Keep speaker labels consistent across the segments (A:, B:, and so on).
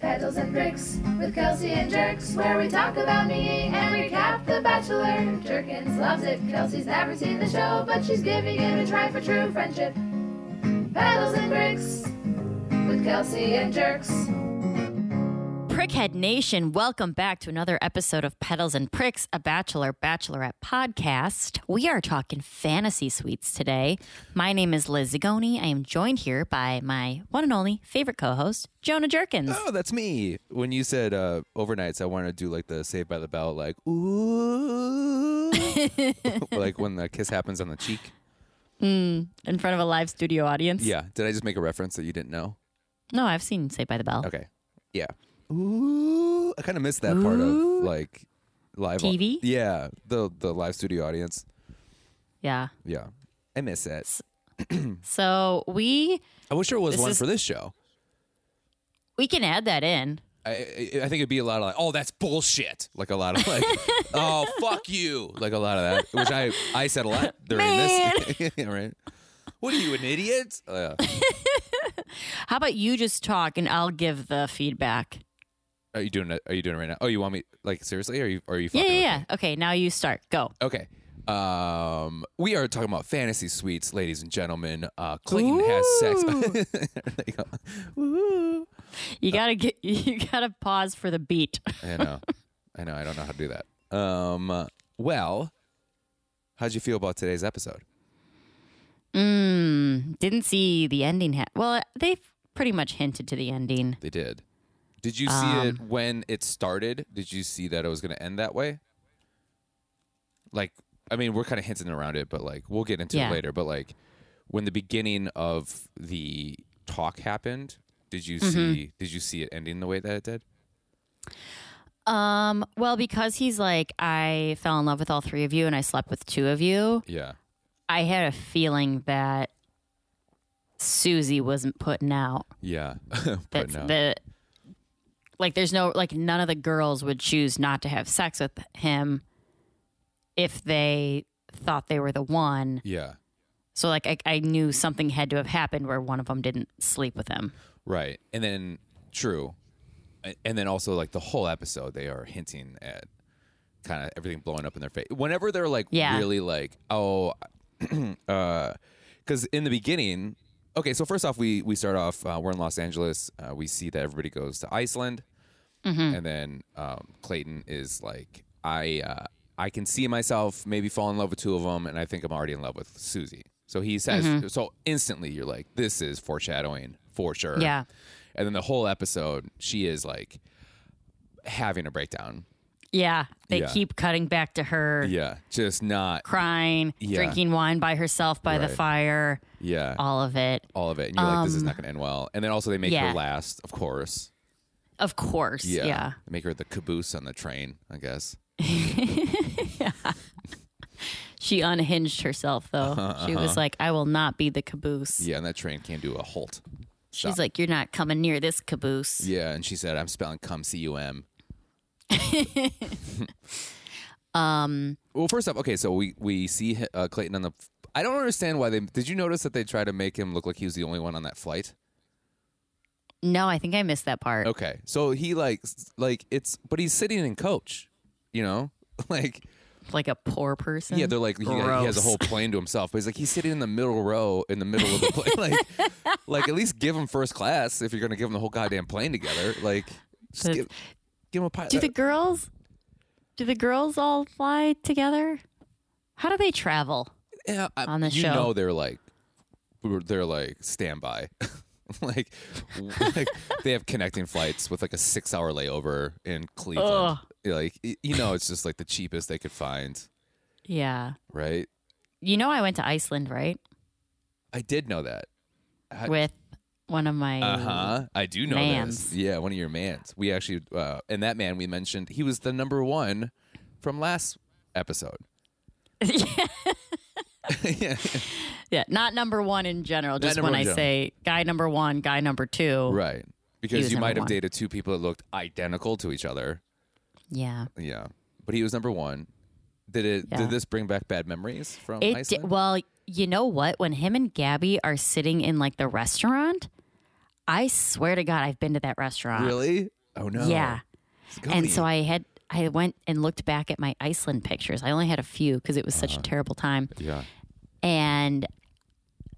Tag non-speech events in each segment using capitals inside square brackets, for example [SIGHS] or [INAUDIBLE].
A: pretzels and bricks with Kelsey and Jerks, where we talk about me and recap The Bachelor. Jerkins loves it. Kelsey's never seen the show, but she's giving it a try for true friendship. Paddles and bricks with Kelsey and Jerks.
B: Prickhead Nation, welcome back to another episode of Petals and Pricks, a Bachelor Bachelorette podcast. We are talking fantasy suites today. My name is Liz Zagoni. I am joined here by my one and only favorite co host, Jonah Jerkins.
C: Oh, that's me. When you said uh, overnights, I wanted to do like the Saved by the Bell, like ooh, [LAUGHS] like when the kiss happens on the cheek.
B: In front of a live studio audience?
C: Yeah. Did I just make a reference that you didn't know?
B: No, I've seen Say by the Bell.
C: Okay. Yeah. Ooh, I kind of missed that part of like live
B: TV?
C: Yeah, the the live studio audience.
B: Yeah.
C: Yeah, I miss it.
B: So we
C: I wish there was
B: This
C: one
B: is-
C: for this show.
B: we can add that in.
C: I, I I think it'd be a lot of like, oh, that's bullshit. Like a lot of
B: [LAUGHS]
C: like, oh, fuck you. Like a lot of that, which I I said a lot during this. [LAUGHS] Yeah, right? What are you, an idiot? Uh,
B: How about you just talk and I'll give the feedback?
C: are you doing it? Are you doing it right now? Oh, you want me? Like seriously? Are you are you?
B: Yeah,
C: Fucking
B: yeah,
C: with me?
B: yeah. Okay, now you start. Go.
C: Okay. Um, we are talking about fantasy suites, ladies and gentlemen. Uh, Clayton has sex. [LAUGHS] There you go.
B: You gotta get. [LAUGHS] You gotta pause for the beat.
C: I know. I know. I don't know how to do that. Um, well, how'd you feel about today's episode?
B: Mm, didn't see the ending. Ha- well, they pretty much hinted to the ending.
C: They did. Did you see it
B: Um,
C: when it started? Did you see that it was going to end that way? Like, I mean, we're kind of hinting around it, but like, we'll get into
B: Yeah.
C: it later. But like, when the beginning of the talk happened, did you
B: Mm-hmm.
C: see? Did you see it ending the way that it did?
B: Um, well, because he's like, I fell in love with all three of you, and I slept with two of you.
C: Yeah.
B: I had a feeling that Susie wasn't putting out.
C: Yeah. [LAUGHS]
B: That
C: but no.
B: the like, there's no like, none of the girls would choose not to have sex with him if they thought they were the one.
C: yeah.
B: So like, I, I knew something had to have happened where one of them didn't sleep with him.
C: Right. And then true. A- And then also like the whole episode they are hinting at kind of everything blowing up in their face. Whenever they're like
B: Yeah.
C: really like, oh [CLEARS THROAT] uh cuz in the beginning, okay, so first off we we start off uh, we're in Los Angeles. Uh, we see that everybody goes to Iceland.
B: Mm.
C: And then um, Clayton is like I uh, I can see myself maybe fall in love with two of them and I think I'm already in love with Susie. So he says
B: Mm-hmm.
C: so instantly you're like this is foreshadowing for sure.
B: Yeah.
C: And then the whole episode, she is like having a breakdown.
B: Yeah, they
C: Yeah.
B: keep cutting back to her
C: Yeah. Just not.
B: crying,
C: Yeah.
B: drinking wine by herself by the
C: Right.
B: fire,
C: Yeah. All,
B: all of it.
C: of it. And you're like, this is not going to end well. And then also they make
B: Um. yeah.
C: her last, of course.
B: Of course, yeah.
C: They make her the caboose on the train, I guess.
B: She unhinged herself though.
C: [LAUGHS]
B: She was like, "I will not be the caboose."
C: Yeah. And that train can do a halt.
B: She's like, "You're not coming near this caboose."
C: Yeah. And she said, I'm spelling cum, C U M.
B: [LAUGHS] Um,
C: Well, first off, okay, so we, we see hi- uh, Clayton on the. f- I don't understand why they. Did you notice that they try to make him look like he was the only one on that flight?
B: no, I think I missed that part.
C: Okay, so he like s- like it's, but he's sitting in coach, you know, [LAUGHS] like
B: Like a poor person.
C: Yeah, they're like he, got- he has a
B: Uh-huh. Gross.
C: whole plane to himself, but he's like he's sitting in the middle row in the middle of the plane.
B: [LAUGHS]
C: like, like at least give him first class if you're gonna give him the whole goddamn plane together. Like, just
B: But-
C: give, give him a uh, pilot.
B: Do the girls? Do the girls all fly together? How do they travel?
C: yeah, I-
B: on the
C: you
B: show?
C: know they're like they're like standby. [LAUGHS] like, like they have connecting flights with like a six hour layover in Cleveland. Like y- you know, it's just like the cheapest they could find,
B: Yeah,
C: right?
B: you know, I went to Iceland, right,
C: I did know that. I-
B: with one of my
C: Uh huh. I do know
B: Mm. Mans.
C: this. Yeah, one of your mans. We actually, uh, and that man we mentioned, he was the number one from last episode. yeah.
B: Yeah, not number one in general. Just
C: number
B: when
C: one
B: I
C: in general.
B: say guy number one, guy number two. was
C: Right. Because you
B: number
C: might have
B: one.
C: dated two people that looked identical to each other.
B: Yeah.
C: Yeah. But he was number one. Did it?
B: Yeah.
C: Did this bring back bad memories from
B: It di-
C: Iceland?
B: well, you know what? When him and Gabby are sitting in like the restaurant, I swear to God, I've been to that restaurant.
C: really? Oh no.
B: Yeah.
C: Scully.
B: And so I had I went and looked back at my Iceland pictures. I only had a few because it was such a terrible time.
C: Yeah.
B: And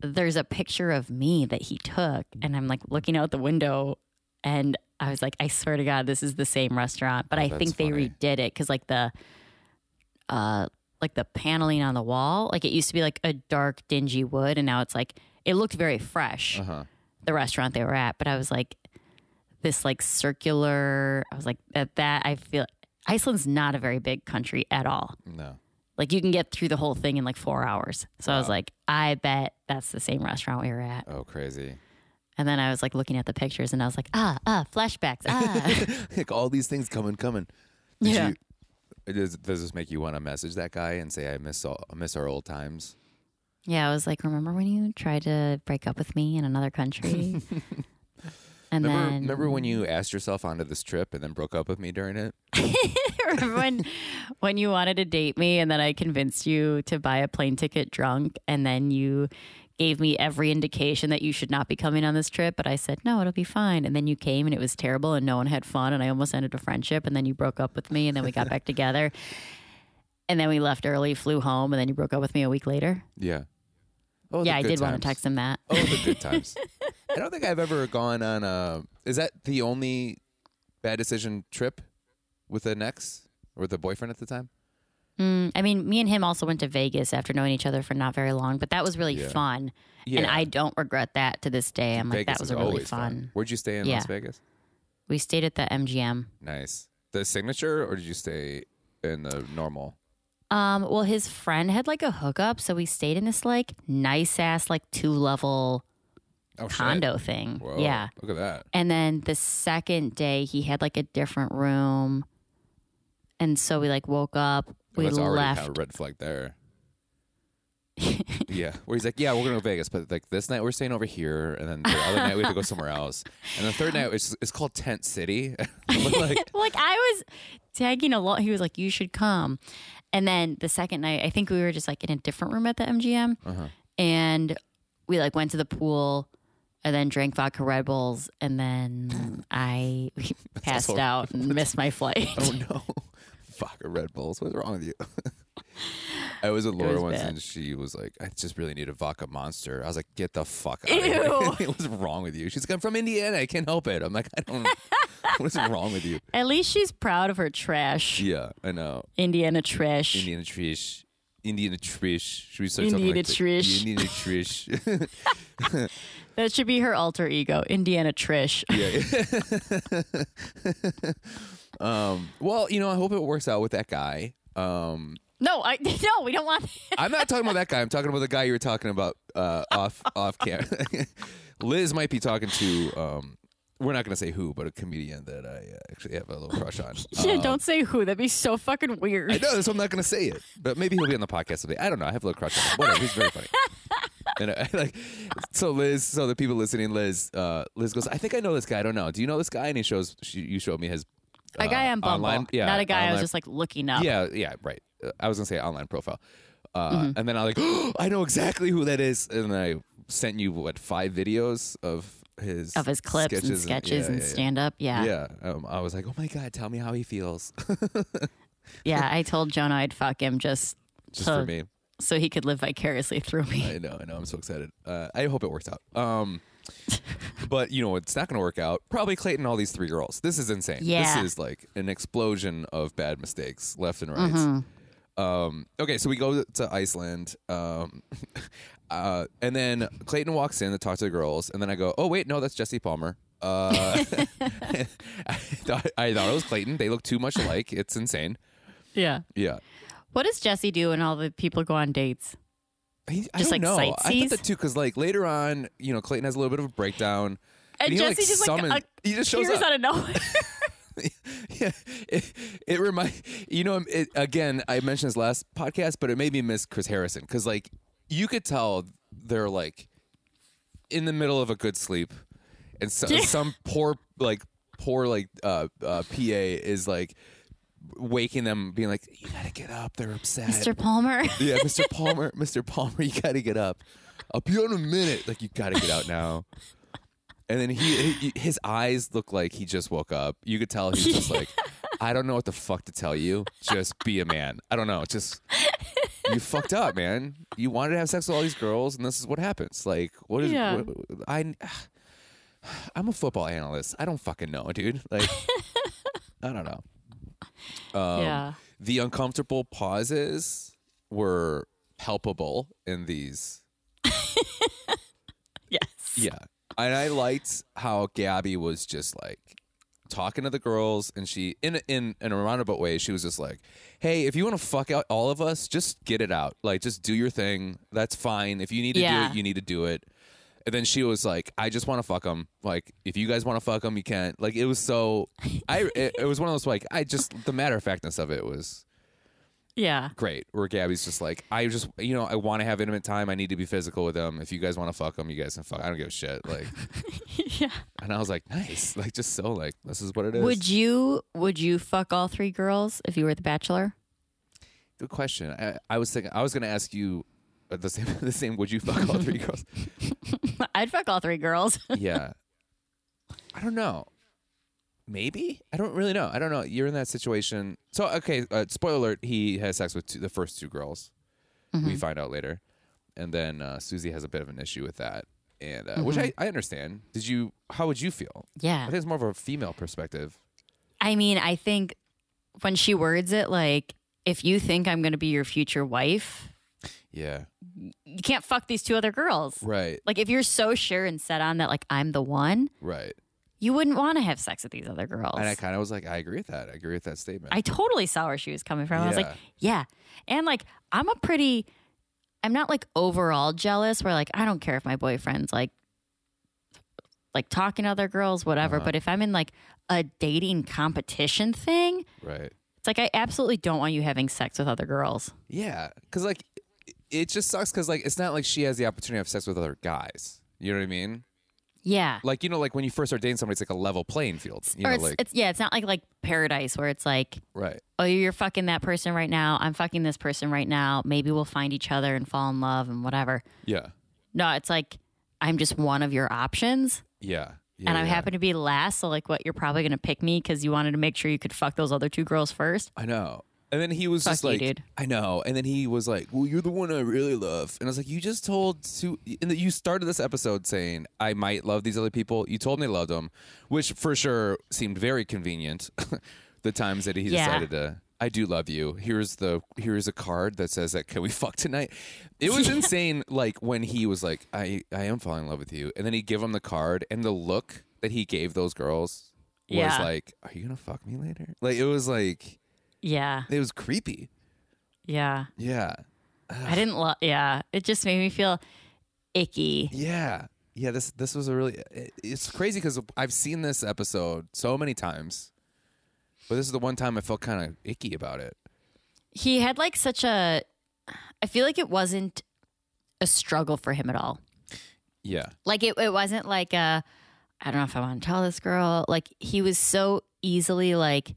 B: there's a picture of me that he took, and I'm like looking out the window, and I was like, I swear to God, this is the same restaurant. But I
C: Oh, that's
B: think they
C: funny.
B: redid it because like the, uh, like the paneling on the wall, like it used to be like a dark, dingy wood, and now it's like it looked very fresh
C: Uh huh.
B: the restaurant they were at, but I was like, this like circular. I was like, at that, I feel Iceland's not a very big country at all.
C: No.
B: Like you can get through the whole thing in like four hours. So I was like, I bet that's the same restaurant we were at.
C: Oh, crazy. [LAUGHS]
B: And then I was like looking at the pictures, and I was like, ah, ah, flashbacks. Ah,
C: like all these things coming, coming. Did
B: yeah.
C: you- it does, does this make you want to message that guy and say I miss all, I miss our old times?
B: Yeah, I was like, remember when you tried to break up with me in another country? and
C: Remember,
B: then
C: remember when you asked yourself onto this trip and then broke up with me during it?
B: remember [LAUGHS] when when you wanted to date me and then I convinced you to buy a plane ticket drunk and then you gave me every indication that you should not be coming on this trip but I said no it'll be fine and then you came and it was terrible and no one had fun and I almost ended a friendship and then you broke up with me and then we got
C: [LAUGHS]
B: back together and then we left early flew home and then you broke up with me a week later
C: Yeah. Oh, the
B: yeah I
C: good
B: did want
C: times.
B: to text him that
C: Oh, the
B: [LAUGHS]
C: good times. I don't think I've ever gone on a. Is that the only bad decision trip with an ex or with a boyfriend at the time?
B: Mm, I mean, me and him also went to Vegas after knowing each other for not very long, but that was really
C: Yeah.
B: fun. And
C: Yeah.
B: I don't regret that to this day. I'm like,
C: Vegas
B: that was
C: is
B: a really
C: always
B: fun.
C: Where'd you stay in Las
B: Yeah.
C: Vegas?
B: We stayed at the MGM.
C: Nice. The signature, or did you stay in the normal?
B: Um, well, his friend had like a hookup, so we stayed in this like nice ass, like two level
C: Oh, shit.
B: condo thing.
C: Whoa,
B: Yeah.
C: Look at that.
B: And then the second day, he had like a different room. And so we like woke up,
C: Well,
B: we
C: that's already
B: left.
C: kind of a red flag
B: [LAUGHS]
C: there. yeah, where he's like, yeah, we're gonna go to Vegas, but like this night we're staying over here, and then the other night we have to go somewhere else, and
B: [LAUGHS]
C: the third night it's, it's called Tent City. [LAUGHS] But, like,
B: like I was tagging along. He was like, "You should come." And then the second night, I think we were just like in a different room at the MGM,
C: Uh-huh.
B: and we like went to the pool and then drank vodka Red Bulls, and then I [LAUGHS] passed
C: also-
B: out and missed my flight.
C: [LAUGHS] oh no, fuck a Red Bulls. What's wrong with you? [LAUGHS] I was with Laura
B: was
C: once,
B: bad.
C: and she was like, I just really need a vodka monster. I was like, get the fuck out of here. [LAUGHS] What's wrong with you? She's like, I'm from Indiana. I can't help it. I'm like, I don't. [LAUGHS] what is wrong with you?
B: At least she's proud of her trash,
C: Yeah, I know.
B: Indiana trash.
C: Indiana Trish. Indiana Trish. Should we start
B: Indiana
C: something like that?
B: Trish.
C: Indiana Trish.
B: That should be her alter ego, Indiana Trish. [LAUGHS]
C: [LAUGHS] um, well, you know, I hope it works out with that guy. Um,
B: no, I [LAUGHS] no, we don't want.
C: I'm not talking about that guy. I'm talking about the guy you were talking about uh, off off camera. [LAUGHS] Liz might be talking to. Um, we're not going to say who, but a comedian that I uh, actually have a little crush on.
B: yeah,
C: Um,
B: don't say who. That'd be so fucking weird.
C: I know, that's why I'm not going to say it. But maybe he'll be on the podcast someday. I don't know. I have a little crush on him. Whatever. He's very funny. And I, [LAUGHS] like, so Liz, so the people listening, Liz, uh, Liz goes, I think I know this guy. I don't know. Do you know this guy? And he shows, she, you showed me his.
B: A guy
C: uh,
B: on Bumble,
C: online- yeah,
B: not a guy I was
C: online-
B: just like looking up.
C: Yeah, yeah, right. Uh, I was gonna say online profile, uh,
B: Mm-hmm.
C: and then I was like, [GASPS] I know exactly who that is, and then I sent you what five videos of his
B: of his clips and
C: sketches
B: sketches and,
C: yeah, yeah,
B: stand up. Yeah. yeah.
C: yeah. Yeah, um, I was like, oh my god, tell me how he feels, [LAUGHS]
B: I told Jonah I'd fuck him just,
C: just
B: so,
C: for me.
B: so he could live vicariously through me.
C: I know, I know. I'm so excited. Uh, I hope it works out. Um, but you know, it's not going to work out. Probably Clayton, all these three girls. This is insane.
B: Yeah.
C: This is like an explosion of bad mistakes left and right. Um, okay, so we go to Iceland, um, [LAUGHS] uh, and then Clayton walks in to talk to the girls, and then I go, "Oh wait, no, that's Jesse Palmer." Uh, [LAUGHS] I, thought, I thought it was Clayton. They look too much alike. It's insane.
B: yeah.
C: Yeah.
B: What does Jesse do when all the people go on dates?
C: He, I
B: Just, like,
C: don't know. I
B: sightsees?
C: thought that too because like later on, you know, Clayton has a little bit of a breakdown,
B: And,
C: he,
B: Jesse just like
C: summons-
B: uh,
C: he just shows
B: appears
C: up.
B: out of nowhere.
C: [LAUGHS] yeah, it, it reminds you know it, again. I mentioned this last podcast, but it made me miss Chris Harrison because like you could tell they're like in the middle of a good sleep, and so,
B: Yeah.
C: some poor like poor like uh, uh, PA is like waking them, being like, "You gotta get up. They're upset."
B: Mr. Palmer.
C: [LAUGHS] Yeah, Mr. Palmer, [LAUGHS] Mr. Palmer, you gotta get up. I'll be on in a minute. Like you gotta get out now. And then he, he- his eyes look like he just woke up. You could tell he's
B: [LAUGHS]
C: just like, I don't know what the fuck to tell you. Just be a man. I don't know. Just you fucked up, man. You wanted to have sex with all these girls, and this is what happens. Like, what is?
B: Yeah.
C: what- I, [SIGHS] I'm a football analyst. I don't fucking know, dude. Like,
B: [LAUGHS]
C: I don't know. Um,
B: yeah.
C: The uncomfortable pauses were palpable in these
B: Yes.
C: yeah. And I liked how Gabby was just like talking to the girls and she in in in a roundabout way, she was just like, Hey, if you want to fuck out all of us, just get it out. Like just do your thing. That's fine. If you need to
B: Yeah.
C: do it, you need to do it. And then she was like, "I just want to fuck him. Like, if you guys want to fuck him, you can't." Like, it was so. I it, it was one of those like I just the matter of factness of it was
B: Yeah.
C: great. Where Gabby's just like, I just, you know, I want to have intimate time. I need to be physical with them. If you guys want to fuck them, you guys can fuck. I don't give a shit. Like,
B: [LAUGHS] Yeah.
C: and I was like, nice. Like, just so like, this is what it is.
B: Would you would you fuck all three girls if you were the bachelor? [LAUGHS]
C: Good question. I, I was thinking, I was going to ask you uh, the same, [LAUGHS] the same, would you fuck all
B: [LAUGHS]
C: three girls?
B: I'd fuck all three girls. [LAUGHS]
C: Yeah. I don't know. Maybe? I don't really know. I don't know. You're in that situation. So, okay, uh, spoiler alert, he has sex with two, the first two girls. We find out later. And then uh, Susie has a bit of an issue with that. And uh, which I, I understand. Did you how would you feel? I
B: yeah.
C: think it's more of a female perspective.
B: I mean, I think when she words it like if you think I'm going to be your future wife,
C: Yeah.
B: you can't fuck these two other girls.
C: Right.
B: Like if you're so sure and set on that like I'm the one,
C: Right.
B: you wouldn't want to have sex with these other girls.
C: And I kind of was like, I agree with that. I agree with that statement.
B: I totally saw where she was coming from. I was like,
C: Yeah.
B: yeah. And like, I'm a pretty, I'm not like overall jealous where like, I don't care if my boyfriend's like, like talking to other girls, whatever.
C: Uh-huh.
B: But if I'm in like a dating competition thing,
C: right.
B: it's like, I absolutely don't want you having sex with other girls.
C: Yeah, because like it- it just sucks because like it's not like she has the opportunity to have sex with other guys. You know what I mean?
B: Yeah.
C: Like you know, like when you first start dating somebody, it's like a level playing field. You
B: or
C: know,
B: it's,
C: like
B: it's, yeah, it's not like, like paradise where it's like,
C: right,
B: oh, you're fucking that person right now. I'm fucking this person right now. Maybe we'll find each other and fall in love and whatever.
C: yeah,
B: No, it's like, I'm just one of your options.
C: yeah. yeah
B: and I
C: yeah.
B: happen to be last. So, like, what? You're probably going to pick me because you wanted to make sure you could fuck those other two girls first.
C: I know. And then he was
B: Fuck
C: just
B: you,
C: like,
B: dude.
C: I know. And then he was like, Well, you're the one I really love. And I was like, You just told Sue, and that you started this episode saying I might love these other people. You told me I loved them, which for sure seemed very convenient. [LAUGHS] the times that he
B: Yeah.
C: decided to, I do love you. Here's the here's a card that says that can we fuck tonight. It
B: [LAUGHS]
C: was insane. Like when he was like, I I am falling in love with you, and then he give him the card and the look that he gave those girls was
B: Yeah.
C: like, Are you gonna fuck me later? Like it was like.
B: Yeah.
C: It was creepy.
B: Yeah.
C: Yeah.
B: I didn't love. Yeah. It just made me feel icky.
C: Yeah. Yeah. This this was a really. It, it's crazy because I've seen this episode so many times, but this is the one time I felt kind of icky about it.
B: He had like such a. I feel like it wasn't a struggle for him at all.
C: Yeah.
B: Like, it, it wasn't like a. I don't know if I want to tell this girl. Like, he was so easily like,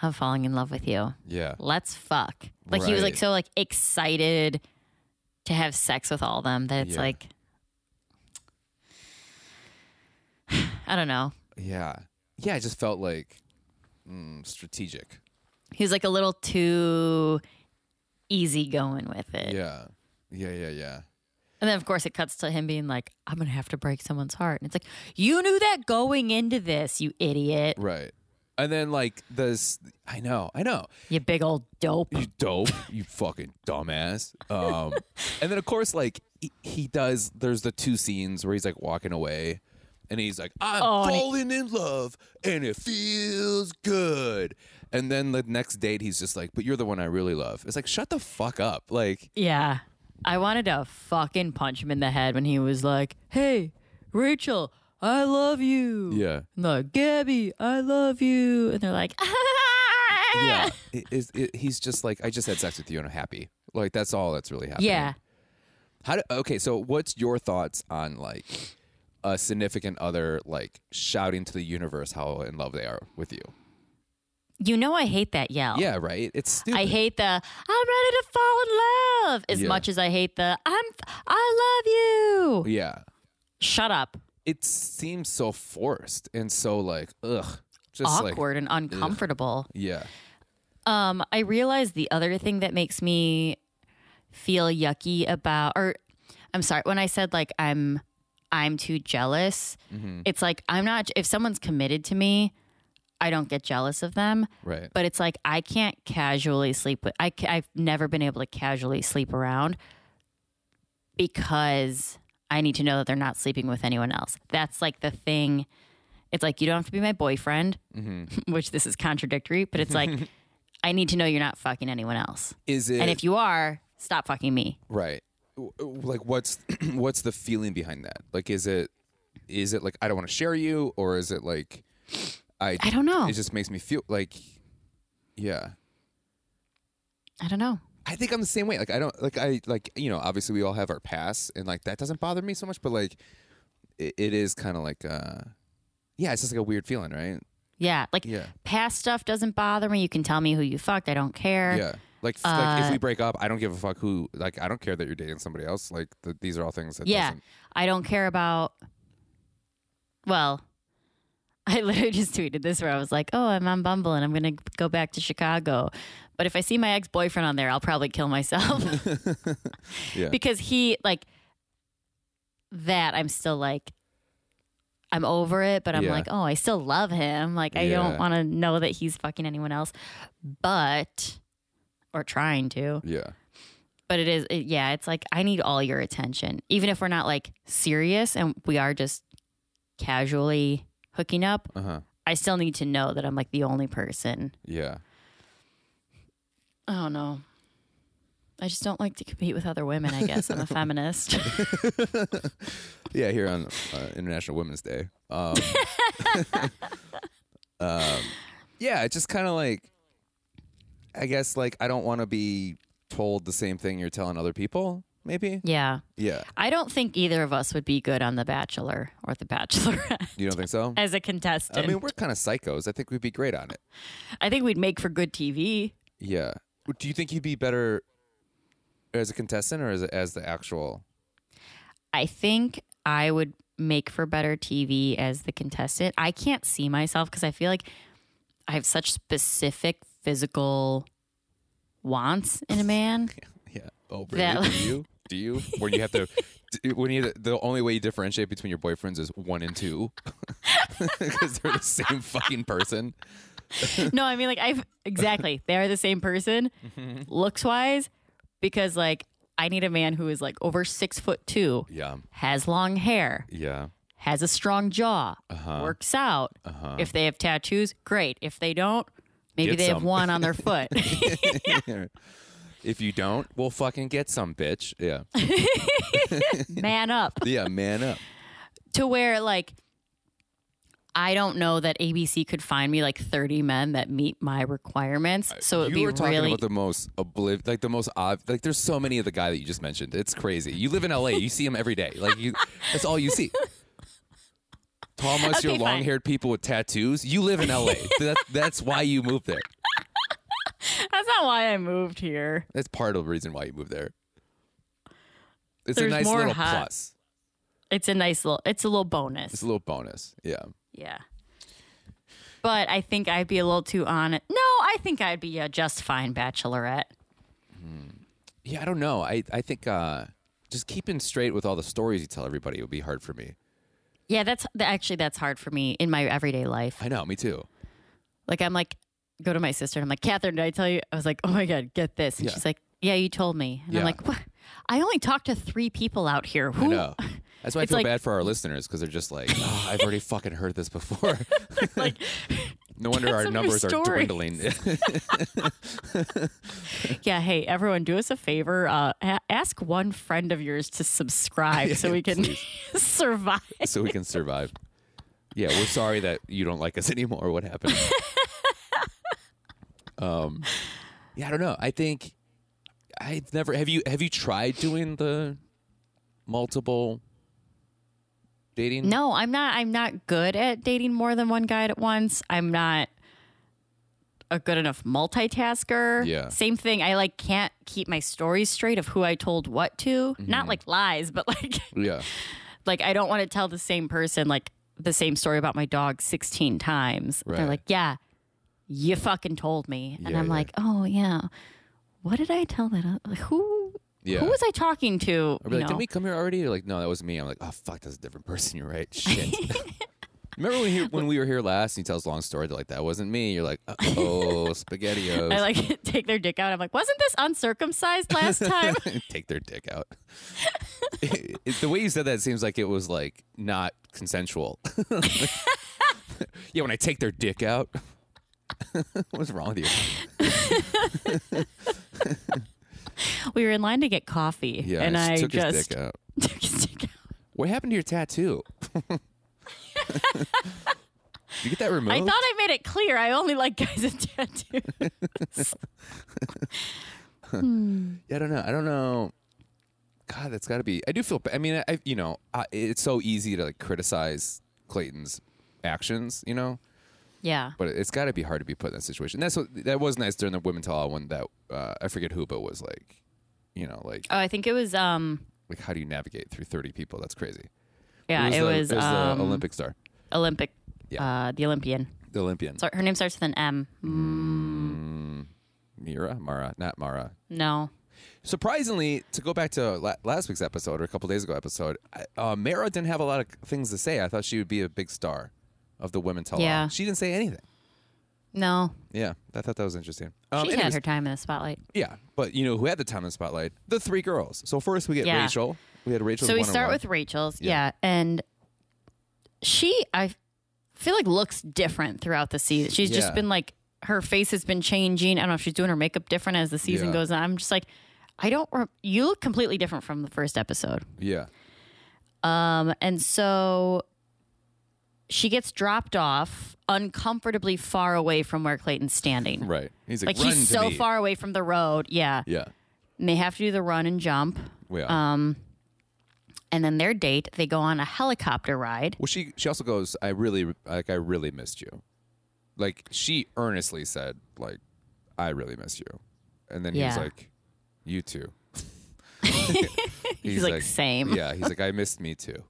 B: I'm falling in love with you.
C: Yeah.
B: let's fuck. Like he was like
C: Right.
B: so like excited to have sex with all of them that it's
C: Yeah.
B: like [SIGHS] I don't know.
C: Yeah. Yeah. I just felt like mm, strategic.
B: He was like a little too easy going with it.
C: Yeah. Yeah. Yeah. Yeah.
B: And then of course it cuts to him being like, I'm gonna have to break someone's heart. And it's like, you knew that going into this, you idiot.
C: Right. And then like this. I know. I know.
B: You big old dope.
C: you dope, you fucking dumbass.
B: [LAUGHS]
C: Um, and then of course, like he, he does. There's the two scenes where he's like walking away, and he's like, "I'm
B: Oh, and he-
C: falling in love, and it feels good." And then the next date, he's just like, "But you're the one I really love." It's like, shut the fuck up. Like,
B: Yeah. I wanted to fucking punch him in the head when he was like, Hey, Rachel, I love you.
C: yeah,
B: And they're like, Gabby, I love you. And they're like, [LAUGHS]
C: yeah. It- it's- it- he's just like, "I just had sex with you, and I'm happy." Like that's all that's really happening.
B: Yeah.
C: How do, okay, so what's your thoughts on like a significant other like shouting to the universe how in love they are with you?
B: You know, I hate that yell.
C: Yeah, right. It's stupid.
B: Oh. I hate the I'm ready to fall in love as
C: Yeah.
B: much as I hate the I'm I love you.
C: Yeah,
B: Shut up.
C: it seems so forced and so like ugh, just
B: awkward
C: Like,
B: and uncomfortable.
C: yeah,
B: Um, I realized the other thing that makes me feel yucky about, or I'm sorry, when I said like I'm, I'm too jealous. It's like I'm not. If someone's committed to me, I don't get jealous of them.
C: right.
B: But it's like I can't casually sleep with. I ca- I've never been able to casually sleep around because I need to know that they're not sleeping with anyone else. That's like the thing. It's like you don't have to be my boyfriend, [LAUGHS]
C: Mm-hmm.
B: which this is contradictory. But it's
C: [LAUGHS]
B: like I need to know you're not fucking anyone else,
C: Is it
B: and if you are, stop fucking me.
C: right? W- w- Like what's [CLEARS THROAT] what's the feeling behind that? Like is it is it like I don't want to share you, or is it like I
B: I don't know.
C: it just makes me feel like yeah.
B: I don't know.
C: I think I'm the same way. Like I don't like I like you know obviously we all have our past and like that doesn't bother me so much, but like it, it is kind of like uh yeah, it's just like a weird feeling, right?
B: Yeah, like
C: Yeah.
B: past stuff doesn't bother me. You can tell me who you fucked. I don't care.
C: Yeah. Like, f- like if we break up, I don't give a fuck who. Like I don't care that you're dating somebody else. Like th- these are all things that
B: Yeah.
C: doesn't-
B: I don't care about. Well, [LAUGHS] I literally just tweeted this where I was like, oh, I'm on Bumble and I'm going to go back to Chicago. But if I see my ex boyfriend on there, I'll probably kill
C: [LAUGHS]
B: myself.
C: Yeah.
B: [LAUGHS] Because he, like, that I'm still like, I'm over it, but I'm
C: Yeah.
B: like, oh, I still love him. Like, I
C: Yeah.
B: don't want to know that he's fucking anyone else, but, or trying to
C: Yeah.
B: but it is it, yeah it's like i need all your attention even if we're not like serious and we are just casually hooking up
C: Uh huh.
B: i still need to know that i'm like the only person
C: Yeah.
B: i don't know Oh, i just don't like to compete with other women i guess [LAUGHS] i'm a feminist
C: Yeah. Here on uh, International Women's Day. Um, [LAUGHS] um, yeah. It's just kind of like, I guess like I don't want to be told the same thing you're telling other people. Maybe.
B: yeah
C: Yeah.
B: i don't think either of us would be good on the bachelor or the bachelorette [LAUGHS]
C: You don't think so?
B: as a contestant
C: I mean, we're kind of psychos. I think we'd be great on it.
B: i think we'd make for good tv
C: Yeah. Do you think you'd be better as a contestant or as as the actual?
B: I think I would make for better TV as the contestant. I can't see myself because I feel like I have such specific physical wants in a
C: [LAUGHS]
B: man.
C: Yeah. Oh, really?
B: That- [LAUGHS]
C: Do you? Do you? When you have to, d- when you the only way you differentiate between your boyfriends is one and two, [LAUGHS] because they're the same fucking person.
B: no, I mean like I've exactly. They are the same
C: [LAUGHS]
B: person, looks wise, because like I need a man who is like over six foot two,
C: Yeah.
B: has long hair,
C: Yeah.
B: has a strong jaw,
C: Uh-huh.
B: works out. If they have tattoos, great. If they don't, maybe
C: Get
B: they have
C: some.
B: one
C: [LAUGHS]
B: on their foot.
C: if you don't, we'll fucking get some bitch. Yeah.
B: man up.
C: Yeah. Man up.
B: to where like I don't know that ABC could find me like 30 men that meet my requirements. [LAUGHS] So it'd
C: Uh, you
B: be
C: were talking
B: really
C: about the most obliv- like the most ob- like there's so many of the guy that you just mentioned. It's crazy. You live in LA, you see him every day. Like you, that's all you see. Tall, muscular,
B: Okay, fine.
C: long-haired people with tattoos. You live in LA. that's, that's why you moved there.
B: [LAUGHS] that's not why I moved here.
C: That's part of the reason why you moved there. It's a
B: There's
C: nice
B: more
C: little
B: hot-
C: plus.
B: It's a nice little it's a little bonus.
C: It's a little bonus. Yeah.
B: yeah. But I think I'd be a little too on it. No, I think I'd be a just fine bachelorette.
C: Yeah, I don't know. I I think uh just keeping straight with all the stories you tell everybody would be hard for me.
B: Yeah, that's th- actually that's hard for me in my everyday life.
C: I know, me too.
B: Like I'm like go to my sister and I'm like, Catherine, did I tell you? I was like, oh my god, get this. And
C: Yeah.
B: she's like, yeah, you told me. And
C: Yeah.
B: I'm like, what? I only talked to three people out here. Who?
C: I know. That's why I
B: It's
C: feel
B: like-
C: bad for our listeners because they're just like, oh, I've already fucking heard this before.
B: [LAUGHS] like
C: [LAUGHS]
B: [LAUGHS]
C: no wonder
B: Get
C: our
B: some new
C: numbers are
B: stories.
C: dwindling.
B: yeah hey everyone do us a favor uh, a- ask one friend of yours to subscribe so we can [LAUGHS] survive
C: [LAUGHS] so we can survive. Yeah, we're sorry that you don't like us [LAUGHS] anymore.
B: [LAUGHS]
C: What happened? um, yeah, I don't know. I think I've never have you have you tried doing the multiple dating?
B: no i'm not i'm not good at dating more than one guy at once i'm not a good enough multitasker
C: Yeah.
B: same thing i like can't keep my stories straight of who i told what to not like lies but like
C: Yeah.
B: Like, I don't want to tell the same person like the same story about my dog 16 times. They're
C: Right.
B: like, yeah, you fucking told me. And
C: Yeah,
B: I'm
C: yeah.
B: like, oh, yeah. What did I tell that? oth- Like, who?
C: Yeah.
B: Who was I talking to?
C: I'd be
B: you
C: like,
B: know?
C: didn't we come here already? You're like, no, that was me. I'm like, oh fuck, that's a different person.
B: [LAUGHS]
C: You're right. Shit. [LAUGHS] Remember when, he, when we were here last and he tells a long story? They're like, that wasn't me. You're like,
B: [LAUGHS]
C: oh,
B: [LAUGHS]
C: spaghettios.
B: I like [LAUGHS] take their dick out. I'm like, wasn't this uncircumcised
C: [LAUGHS]
B: last time?
C: Take their dick out. It- it- the way you said that seems like it was like not consensual. [LAUGHS] yeah, when I take their dick out. [LAUGHS] What's wrong with you?
B: we were in line to get coffee,
C: Yeah,
B: and
C: I
B: I
C: took
B: just
C: his dick out.
B: [LAUGHS] took his dick out.
C: What happened to your tattoo? [LAUGHS] Did you get that removed?
B: I thought I made it clear. I only like guys with [LAUGHS] tattoos.
C: Yeah, I don't know. I don't know. God, that's got to be. I do feel. ba- I mean, I- I you know, I, it's so easy to like criticize Clayton's actions, you know,
B: yeah.
C: but it's got to be hard to be put in that situation. That's what that was nice during the women tall one. That uh, I forget who, but was like, you know, like
B: Oh, I think it was. Um.
C: like how do you navigate through thirty people? That's crazy.
B: Yeah, it
C: the,
B: was,
C: the
B: um,
C: Olympic star,
B: Olympic.
C: Yeah.
B: Uh, the Olympian.
C: the Olympian,
B: So her name starts with an M.
C: Mira, Mara, not Mara.
B: No.
C: Surprisingly, to go back to la- last week's episode or a couple days ago episode, I- uh, Mara didn't have a lot of things to say. I thought she would be a big star of the women tell all.
B: Yeah.
C: She didn't say anything.
B: No.
C: Yeah, I thought that was interesting. Um,
B: She's had
C: anyways,
B: her time in the spotlight.
C: Yeah, but you know who had the time in the spotlight? The three girls. So first we get
B: Yeah.
C: Rachel. We had Rachel.
B: So we start with Rachel's. Yeah. And she, I feel like, looks different throughout the season. She's
C: Yeah.
B: just been like, her face has been changing. I don't know if she's doing her makeup different as the season
C: Yeah.
B: goes on. I'm just like, I don't, re- you look completely different from the first episode.
C: yeah,
B: Um, and so she gets dropped off uncomfortably far away from where Clayton's standing.
C: right. He's like,
B: Like
C: Run
B: he's
C: to
B: so
C: me."
B: far away from the road. Yeah.
C: Yeah,
B: May have to do the run and jump.
C: yeah.
B: Um, And then their date, they go on a helicopter ride.
C: well, she she also goes. I really like. I really missed you. Like she earnestly said, like, I really miss you, and then he was
B: Yeah.
C: like, you too.
B: [LAUGHS] He's, like, same.
C: Yeah, he's like, I missed me too.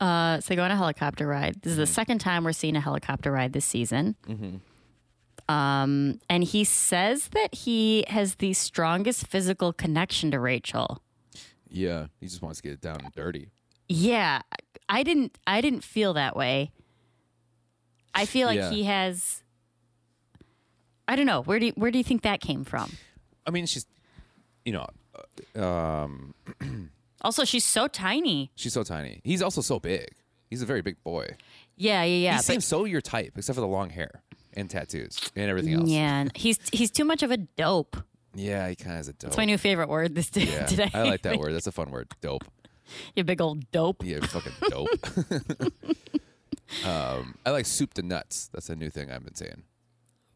B: Uh, so they go on a helicopter ride. This is
C: Mm-hmm.
B: the second time we're seeing a helicopter ride this season.
C: Mm-hmm.
B: Um, and he says that he has the strongest physical connection to Rachel.
C: Yeah, he just wants to get down and dirty.
B: Yeah, I didn't. I didn't feel that way. I feel like
C: Yeah.
B: he has. I don't know. Where do you, where do you think that came from?
C: I mean, she's, you know,
B: Also, she's so tiny.
C: she's so tiny. He's also so big. He's a very big boy.
B: Yeah, yeah, yeah.
C: he
B: but-
C: seems so your type, except for the long hair and tattoos and everything else.
B: yeah, and he's he's too much of a dope.
C: yeah he kind of is a dope.
B: It's my new favorite word this [LAUGHS] day,
C: yeah,
B: today.
C: I like that word. That's a fun word. Dope.
B: [LAUGHS] you big old dope.
C: Yeah, fucking dope. [LAUGHS] um, I like soup to nuts. That's a new thing I've been saying.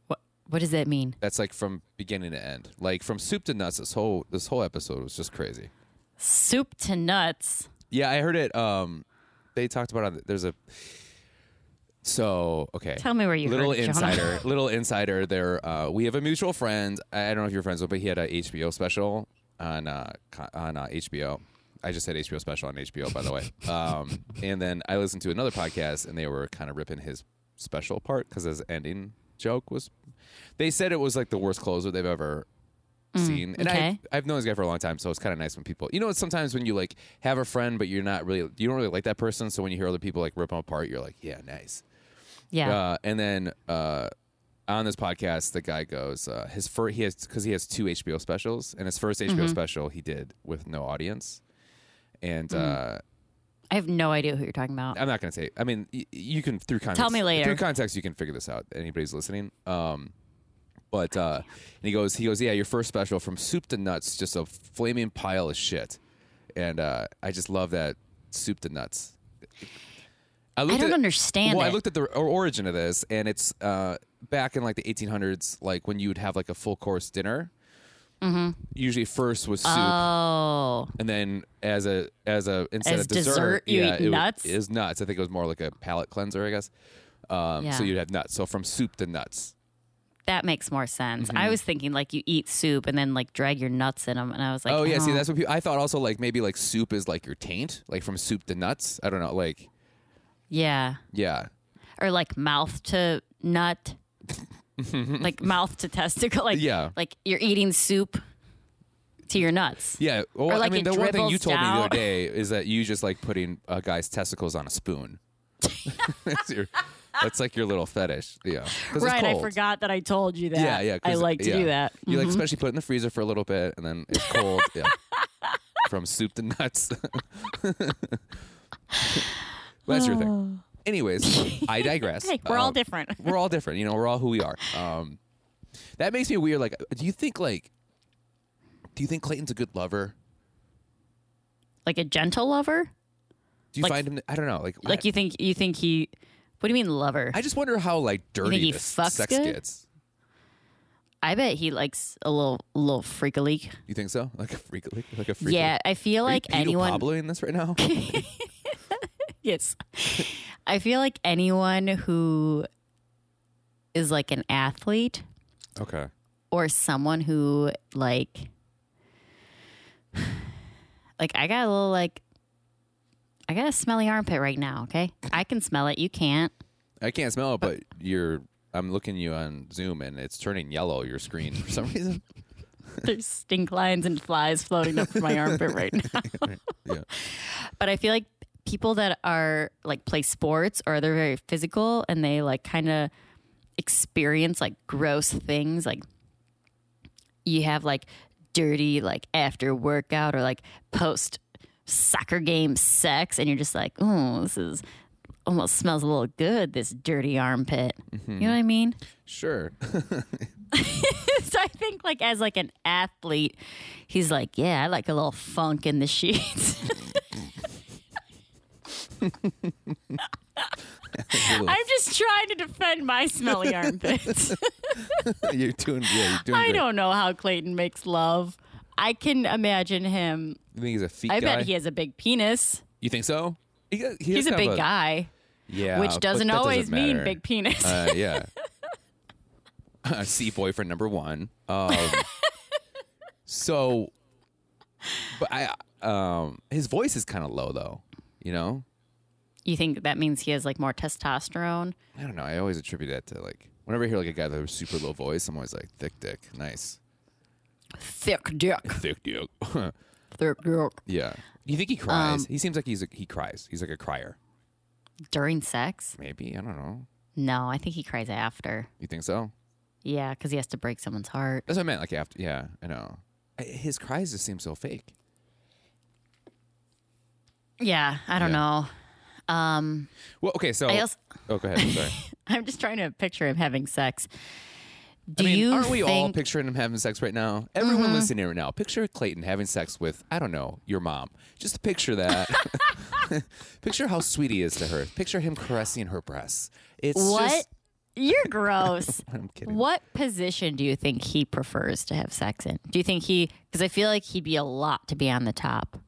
B: What what does that mean?
C: That's like from beginning to end. Like from soup to nuts. This whole this whole episode was just crazy.
B: Soup to nuts.
C: Yeah, I heard it. Um, they talked about it. on- There's a so okay.
B: Tell me where you
C: little
B: heard it, Jonah.
C: insider, little insider. There, uh, we have a mutual friend. I, I don't know if you're friends with, but he had a HBO special on uh, co- on uh, HBO. I just said HBO special on HBO, by
B: [LAUGHS]
C: the way. Um, and then I listened to another podcast, and they were kind of ripping his special part because his ending joke was. They said it was like the worst closer they've ever seen.
B: Mm,
C: And
B: okay.
C: I, I've known this guy for a long time, so it's kind of nice when people, you know, it's sometimes when you like have a friend, but you're not really, you don't really like that person. So when you hear other people like rip them apart, you're like, yeah, nice.
B: [LAUGHS] Yeah.
C: Uh, and then uh, on this podcast, the guy goes, uh, his first, he has, because he has two HBO specials, and his first HBO
B: Mm-hmm.
C: special he did with no audience. And
B: Mm.
C: uh,
B: I have no idea who you're talking about.
C: I'm not going to say. I mean, y- you can through context.
B: me later.
C: Through context, you can figure this out. Anybody's listening. Um, but uh, and he goes, he goes, yeah, your first special from soup to nuts, just a flaming pile of shit. And uh, I just love that soup to nuts.
B: I
C: looked
B: don't
C: at-
B: understand
C: Well, I
B: it.
C: looked at the or- origin of this, and it's uh, back in like the 1800s, like when you would have like a full course dinner. Usually, first was soup,
B: Mm-hmm. oh.
C: and then as a as a instead
B: As
C: of dessert,
B: dessert, you
C: yeah,
B: eat
C: it, wa-
B: nuts?
C: it was nuts. I think it was more like a palate cleanser, I guess. Um,
B: Yeah.
C: So you'd have nuts. So from soup to nuts.
B: That makes more sense.
C: Mm-hmm.
B: I was thinking like you eat soup and then like drag your nuts in them, and I was like, uh-huh.
C: Oh yeah, see that's what people, I thought. Also, like maybe like soup is like your taint, like from soup to nuts. I don't know, like
B: yeah,
C: yeah,
B: or like mouth to
C: [LAUGHS]
B: nut, like mouth to testicle, [LAUGHS] like
C: Yeah.
B: like you're eating soup to your nuts.
C: yeah. Well,
B: like,
C: I mean,
B: it
C: the one thing you
B: dribbles
C: told me the
B: down.
C: other day is that you just like putting a guy's testicles on
B: [LAUGHS]
C: a spoon. [LAUGHS] that's, your, that's like your little fetish, yeah. 'Cause it's
B: Right, I
C: cold.
B: forgot that I told you that.
C: Yeah, yeah. 'cause-
B: I like to
C: yeah.
B: do that. Mm-hmm.
C: You like especially put it in the freezer for a little bit, and then it's cold.
B: [LAUGHS]
C: yeah. From soup to nuts. [LAUGHS] That's
B: [SIGHS]
C: your thing. Anyways, I digress.
B: Hey, we're all
C: Um,
B: different. [LAUGHS]
C: we're all different. You know, we're all who we are. Um, that makes me weird. Like, do you think like, do you think Clayton's a good lover?
B: like a gentle lover?
C: Do you
B: Like-
C: find him? I don't know. Like,
B: Like you think you think he? What do you mean lover?
C: I just wonder how like dirty
B: he
C: this
B: fucks
C: sex
B: good?
C: gets.
B: I, bet he likes a little little freak a leak.
C: You think so? Like a freak, like, like a freak.
B: Yeah, I feel
C: Are
B: like
C: you Pedro
B: anyone.
C: Pabloing this right
B: [LAUGHS]
C: now.
B: Yes, [LAUGHS] I feel like anyone who is like an athlete
C: okay.
B: or someone who like [SIGHS] like I got a little like I got a smelly armpit right now. Okay, I can smell it. You can't.
C: I can't
B: Uh,
C: smell it, but you're. I'm looking you on Zoom, and it's turning yellow. Your screen for some [LAUGHS] reason.
B: [LAUGHS] There's stink lines and flies floating up from my armpit [LAUGHS] right now.
C: Yeah.
B: [LAUGHS] But I feel like people that are like play sports or they're very physical and they like kind of experience like gross things like you have like dirty like after workout or like post soccer game sex and you're just like, "Oh, this is almost smells a little good this dirty armpit." You know what I mean?
C: [LAUGHS] Sure.
B: [LAUGHS] so I think like as like an athlete, he's like, yeah, I like a little funk in the sheets. [LAUGHS] I'm just trying to defend my
C: [LAUGHS]
B: smelly armpits.
C: you're doing. Yeah, you're doing.
B: I
C: great.
B: don't know how Clayton makes love. I can imagine him.
C: You think he's a feet
B: I
C: guy?
B: bet he has a big penis.
C: You think so? He, got- he
B: He's
C: has
B: a
C: kind of
B: big guy,
C: Yeah,
B: which
C: but
B: doesn't
C: that
B: always mean
C: matter.
B: big penis.
C: Uh, yeah. Uh, See boyfriend number one. Um, so, but I um his voice is kind of low though. You know,
B: you think that means he has like more testosterone?
C: I don't know. I always attribute that to like whenever I hear like a guy with a super low voice, I'm always like thick dick, nice
B: Thick dick.
C: thick dick. [LAUGHS]
B: Thick dick.
C: yeah. You think he cries?
B: Um,
C: he seems like he's a, he cries. He's like a crier.
B: During sex?
C: Maybe I don't know.
B: No, I think he cries after.
C: You think so?
B: Yeah, because he has to break someone's heart.
C: That's what I meant. Like after, yeah, I know. I- His cries just seem so fake.
B: Yeah, I don't
C: Yeah.
B: know. Um,
C: Well, okay, so
B: I also,
C: oh, go ahead. Sorry.
B: I'm just trying to picture him having sex.
C: I
B: Do
C: mean,
B: you
C: aren't we
B: think, Mm-hmm.
C: all picturing him having sex right now? Everyone listening right now, picture Clayton having sex with I don't know your mom. Just picture
B: [LAUGHS]
C: that. [LAUGHS] picture how sweet he is to her. Picture him caressing her breasts. It's
B: what?
C: just.
B: You're gross.
C: [LAUGHS] I'm kidding.
B: what position do you think he prefers to have sex in? Do you think he? Because I feel like he'd be a lot to be on the top.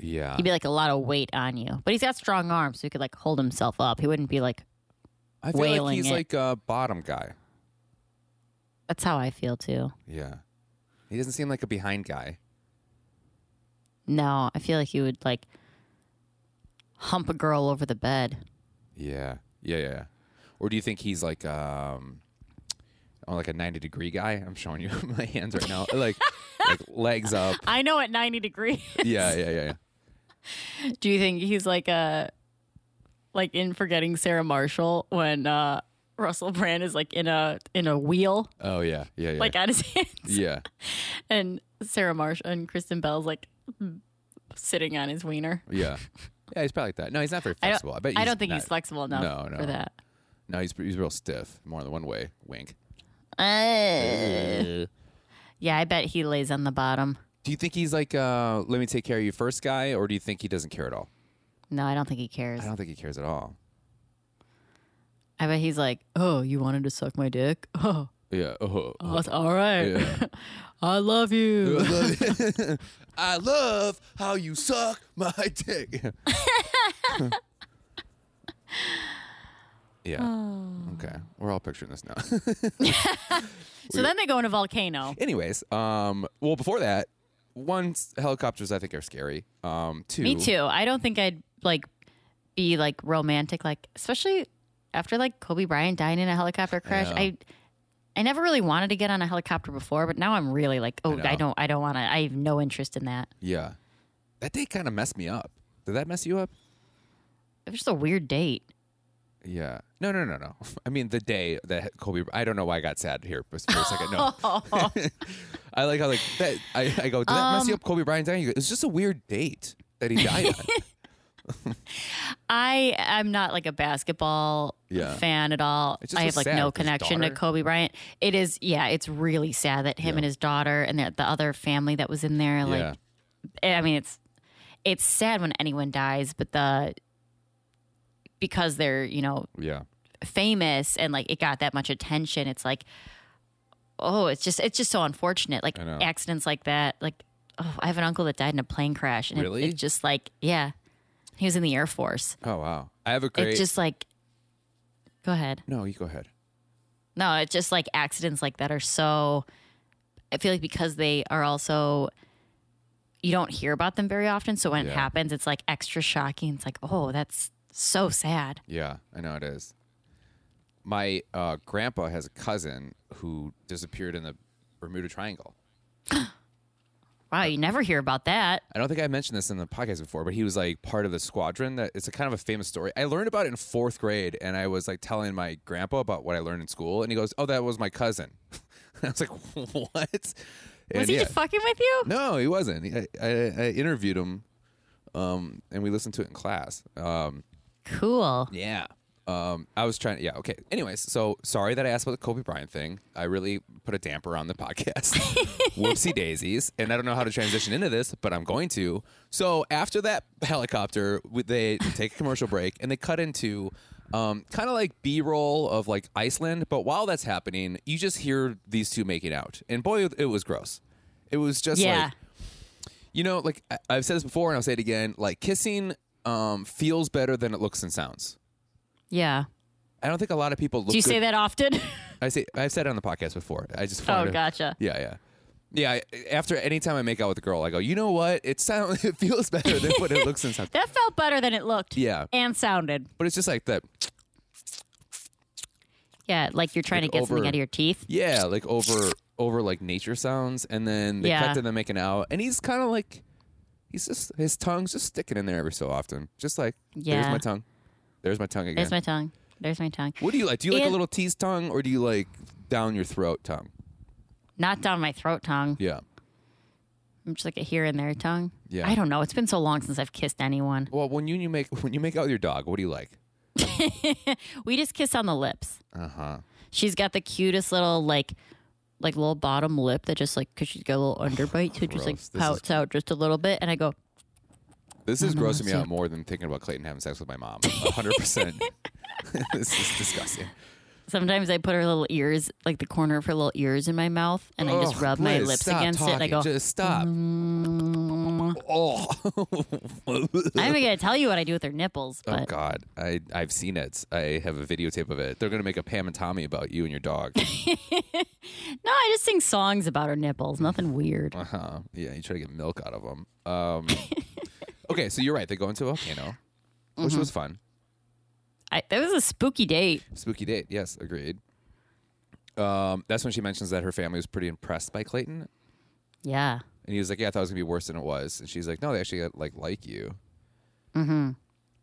C: Yeah.
B: He'd be like a lot of weight on you, but he's got strong arms, so he could like hold himself up. He wouldn't be like.
C: I feel like
B: wailing
C: he's
B: it.
C: like a bottom guy.
B: That's how I feel too.
C: Yeah. He doesn't seem like a behind guy.
B: No, I feel like he would like hump a girl over the bed.
C: Yeah. Yeah. Yeah. Or do you think he's like um oh, like a 90 degree guy? I'm showing you [LAUGHS] my hands right now. Like
B: [LAUGHS]
C: like legs up.
B: I know at 90 degrees. [LAUGHS]
C: Yeah, yeah, yeah. yeah.
B: Do you think he's like a like in forgetting Sarah Marshall when uh Russell Brand is like in a in a wheel
C: Oh yeah. Yeah, yeah.
B: like at
C: [LAUGHS]
B: his hands
C: yeah.
B: and Sarah Marshall and Kristen Bell's like sitting on his wiener.
C: Yeah. Yeah, he's probably like that. No, he's not very
B: I
C: flexible.
B: don't,
C: I, bet
B: I don't think he's
C: not-
B: flexible enough
C: No, no.
B: for that.
C: No, he's he's real stiff, more than one way. Wink.
B: yeah, I bet he lays on the bottom.
C: Do you think he's like uh let me take care of you first guy or do you think he doesn't care at all?
B: No, I don't think he cares.
C: I don't think he cares at all.
B: I bet he's like, "Oh, you wanted to suck my dick? [LAUGHS] Oh,
C: Yeah. Oh.
B: oh, it's all right. [LAUGHS] I love you."
C: [LAUGHS] I love how you suck my
B: Oh.
C: dick. [LAUGHS] yeah. Okay, we're all picturing this now. [LAUGHS]
B: So then they go in a volcano.
C: Anyways, um, well, before that, one s- helicopters I think are scary. Um, two,
B: Me too. I don't think I'd like be like romantic, like especially after like Kobe Bryant dying in a helicopter crash.
C: know.
B: I I never really wanted to get on a helicopter before, but now I'm really like, oh, I,
C: know.
B: don't, I don't want to. I have no interest in that.
C: Yeah, that day kind of messed me up. Did that mess you up?
B: It was just a weird date.
C: Yeah. No, no, no, [LAUGHS] no. I mean, the day that Kobe. I don't know why I got sad here for for a second. [LAUGHS] No, I like how like that. I, I go. Did that mess you up, Kobe Bryant dying? You go, It's just a weird date that he died. on.
B: I am not like a basketball
C: Yeah.
B: fan at all.
C: It just
B: I
C: was
B: have like
C: sad
B: no
C: with his
B: connection to
C: daughter.
B: Kobe Bryant. It is, yeah, it's really sad that him and his daughter and the, the other family that was in there, like,
C: [LAUGHS] yeah.
B: I mean, it's it's sad when anyone dies, but the because they're you know
C: Yeah.
B: famous and like it got that much attention, it's like oh, it's just it's just so unfortunate. Like
C: know.
B: accidents like that. Like oh, I have an uncle that died in a plane crash, and it-
C: Really?
B: it, just like yeah, he was in the Air Force.
C: Oh wow. I have a great.
B: It's just like go ahead.
C: no, you go ahead.
B: No, it's just like accidents like that are so. I feel like because they are also, you don't hear about them very often. So when
C: Yeah.
B: it happens, it's like extra shocking. It's like, oh, that's so sad.
C: Yeah, I know it is. My uh, grandpa has a cousin who disappeared in the Bermuda Triangle.
B: Wow, you never hear about that.
C: I don't think I mentioned this in the podcast before, but he was like part of the squadron. That it's a kind of a famous story. I learned about it in fourth grade, and I was like telling my grandpa about what I learned in school, and he goes, "Oh, that was my cousin." [LAUGHS] I was like, "What?"
B: Was
C: And
B: he
C: yeah.
B: just fucking with you?
C: No, he wasn't. He- I, I, I interviewed him, um, and we listened to it in class. Um,
B: Cool.
C: Yeah. Um, I was trying. Yeah. Okay. Anyways, so sorry that I asked about the Kobe Bryant thing. I really put a damper on the podcast. Whoopsie daisies. And I don't know how to transition into this, but I'm going to. So after that helicopter, we- they take a commercial break and they cut into um, kind of like B-roll of like Iceland. But while that's happening, you just hear these two making out, and boy, it was gross. It was just
B: Yeah.
C: like you know, like I- I've said this before, and I'll say it again. Like kissing um, feels better than it looks and sounds.
B: Yeah.
C: I don't think a lot of people. Look
B: Do you say
C: good-
B: that often? [LAUGHS]
C: I say I've said it on the podcast before. I just wanted
B: oh,
C: to-
B: gotcha.
C: Yeah, yeah, yeah. I- After any time I make out with a girl, I go, you know what? It sounds [LAUGHS] it feels better than what it looks
B: [LAUGHS]
C: and sounds.
B: That felt better than it looked.
C: Yeah,
B: And sounded.
C: but it's just like that.
B: Yeah, like you're trying
C: Like
B: to get something
C: over-
B: out of your teeth.
C: Yeah, like over over like nature sounds, and then they
B: Yeah.
C: cut to them making out, and he's kind of like, he's just his tongue's just sticking in there every so often, just like there's
B: Yeah.
C: my tongue, there's my tongue again.
B: There's my tongue. There's my tongue.
C: What do you like? Do you like a
B: It-
C: little tease tongue or do you like down your throat tongue?
B: Not down my throat tongue.
C: Yeah.
B: I'm just like a here and there tongue.
C: Yeah.
B: I don't know. It's been so long since I've kissed anyone.
C: Well, when you, you make when you make out with your dog, what do you like?
B: We just kiss on the lips.
C: Uh huh.
B: She's got the cutest little like like little bottom lip that just like because she's got a little underbite, so it just like
C: Gross. This is-
B: pouts out just a little bit, and I go,
C: This is
B: no,
C: grossing me
B: it's
C: out
B: like-
C: more than thinking about Clayton having sex with my mom. hundred percent. [LAUGHS] This is disgusting.
B: Sometimes I put her little ears, like the corner of her little ears, in my mouth, and I just
C: Ugh,
B: rub my
C: Liz,
B: lips
C: stop
B: against it. And I
C: talking.
B: go,
C: just stop.
B: "Mm." [LAUGHS]
C: Oh.
B: I'm not gonna tell you what I do with her nipples, but
C: oh God, I I've seen it. I have a videotape of it. They're gonna make a Pam and Tommy about you and
B: [LAUGHS]
C: your dog.
B: no, I just sing songs about her nipples. Nothing weird.
C: Uh-huh. Yeah, you try to get milk out of them.
B: [LAUGHS]
C: Um, okay, so you're right. They go into a volcano, which
B: Mm-hmm.
C: was fun.
B: I, that was a spooky date.
C: Spooky date. Yes, agreed. Um, that's when she mentions that her family was pretty impressed by Clayton,
B: Yeah,
C: and he was like, "Yeah, I thought it was gonna be worse than it was." And she's like, "No, they actually like like you." Mm-hmm.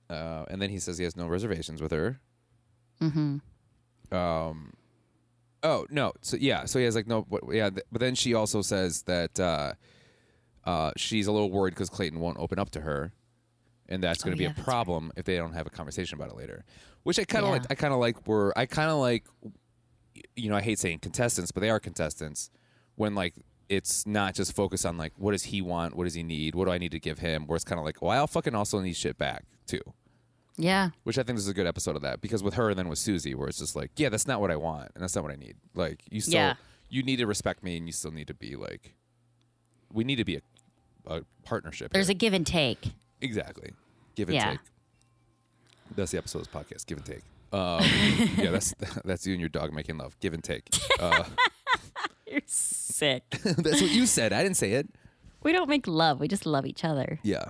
C: Uh, and then he says he has no reservations with her. Mm-hmm. Um. Oh no. So yeah. So he has like no. But, yeah. th- but then she also says that uh, uh, she's a little worried because Clayton won't open up to her, and that's going to
B: Oh, yeah,
C: be
B: that's
C: a problem if they don't have a conversation about it later. Which I kind of
B: Yeah.
C: like. I kind of like. Were I kind of like you know, I hate saying contestants, but they are contestants when like it's not just focused on like what does he want, what does he need, what do I need to give him, where it's kind of like, well, I'll fucking also need shit back too,
B: yeah.
C: which I think this is a good episode of that because with her and then with Susie, where it's just like, yeah, that's not what I want and that's not what I need. Like you still,
B: Yeah.
C: you need to respect me and you still need to be like, we need to be a, a partnership.
B: There's
C: here.
B: a give and take.
C: exactly give and
B: Yeah.
C: take. That's the episode's podcast, give and take.
B: [LAUGHS]
C: Um, yeah, that's [LAUGHS] that's you and your dog making love, give and take. [LAUGHS] Uh,
B: You're sick.
C: that's what you said. I didn't say it.
B: we don't make love. We just love each other.
C: Yeah.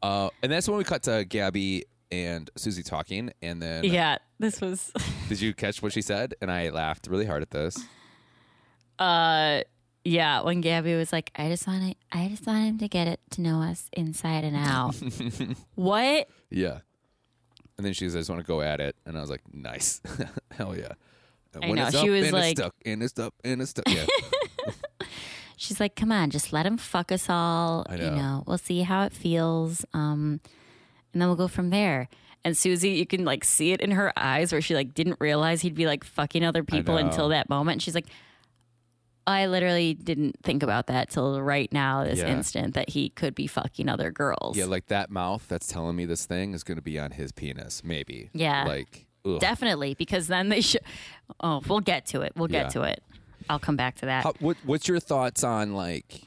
C: Uh, and that's when we cut to Gabby and Susie talking. And then
B: Yeah. This was. [LAUGHS]
C: did you catch what she said? And I laughed really hard at this.
B: Uh, yeah. When Gabby was like, "I just want to, I just want him to get it to know us inside and out." what?
C: Yeah. And then she says, I just want to go at it. And I was like, nice. [LAUGHS] Hell yeah. And
B: I know. She was
C: and
B: like-
C: it's stuck, and it's stuck, and it's stuck.
B: [LAUGHS]
C: Yeah.
B: She's like, "Come on, just let him fuck us all.
C: I
B: You
C: know.
B: know, we'll see how it feels. Um, and then we'll go from there." And Susie, you can like see it in her eyes where she like didn't realize he'd be like fucking other people
C: know.
B: until that moment. And she's like, "I literally didn't think about that till right now, this
C: Yeah.
B: instant, that he could be fucking other girls."
C: yeah, like that mouth that's telling me this thing is going to be on his penis, maybe.
B: Yeah.
C: Like, ugh.
B: Definitely, because then they should. Oh, we'll get to it. We'll get
C: Yeah.
B: to it. I'll come back to that.
C: How, what, what's your thoughts on like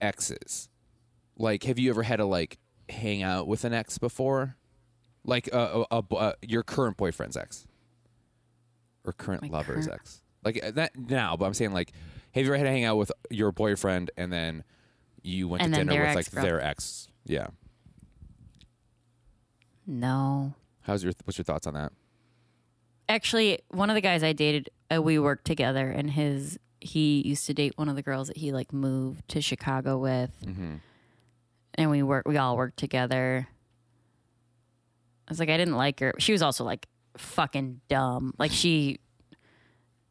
C: exes? Like, have you ever had to like hang out with an ex before? Like uh, a, a, uh your current boyfriend's ex or current lover's
B: current-
C: ex? Like uh, not now, but I'm saying like, have you ever had to hang out with your boyfriend and then you went
B: And
C: to
B: then
C: dinner
B: their
C: with like
B: ex-girl.
C: their ex? Yeah.
B: no,
C: How's your what's your thoughts on that?
B: actually, one of the guys I dated, uh, we worked together, and his he used to date one of the girls that he like moved to Chicago with, and we work. We all worked together. I was like, I didn't like her. She was also like fucking dumb. Like she,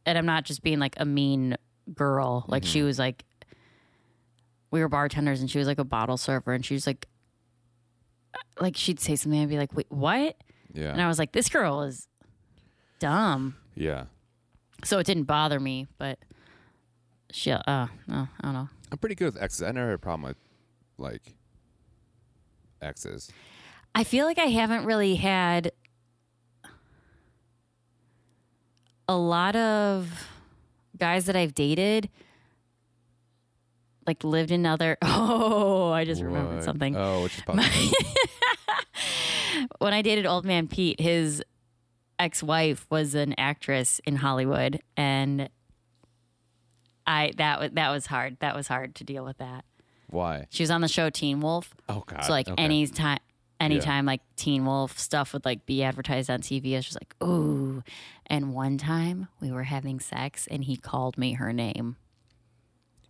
B: and I'm not just being like a mean girl. Like she was like, we were bartenders, and she was like a bottle server, and she was like, uh, like she'd say something, I'd be like, wait, what?
C: Yeah.
B: And I was like, this girl is dumb.
C: Yeah.
B: So it didn't bother me, but she, uh, no, I don't know.
C: I'm pretty good with exes. I never had a problem with like exes.
B: I feel like I haven't really had a lot of guys that I've dated, like lived in other. [LAUGHS] Oh, I just remembered
C: What?
B: something. [LAUGHS]
C: Oh, which is probably
B: when I dated Old Man Pete, his ex wife was an actress in Hollywood, and I that was that was hard. That was hard to deal with. That
C: why.
B: she was on the show Teen Wolf,
C: Oh God.
B: so like
C: Okay.
B: any time. Anytime like Teen Wolf stuff would like be advertised on TV, I was just like, ooh. And one time we were having sex and he called me her name.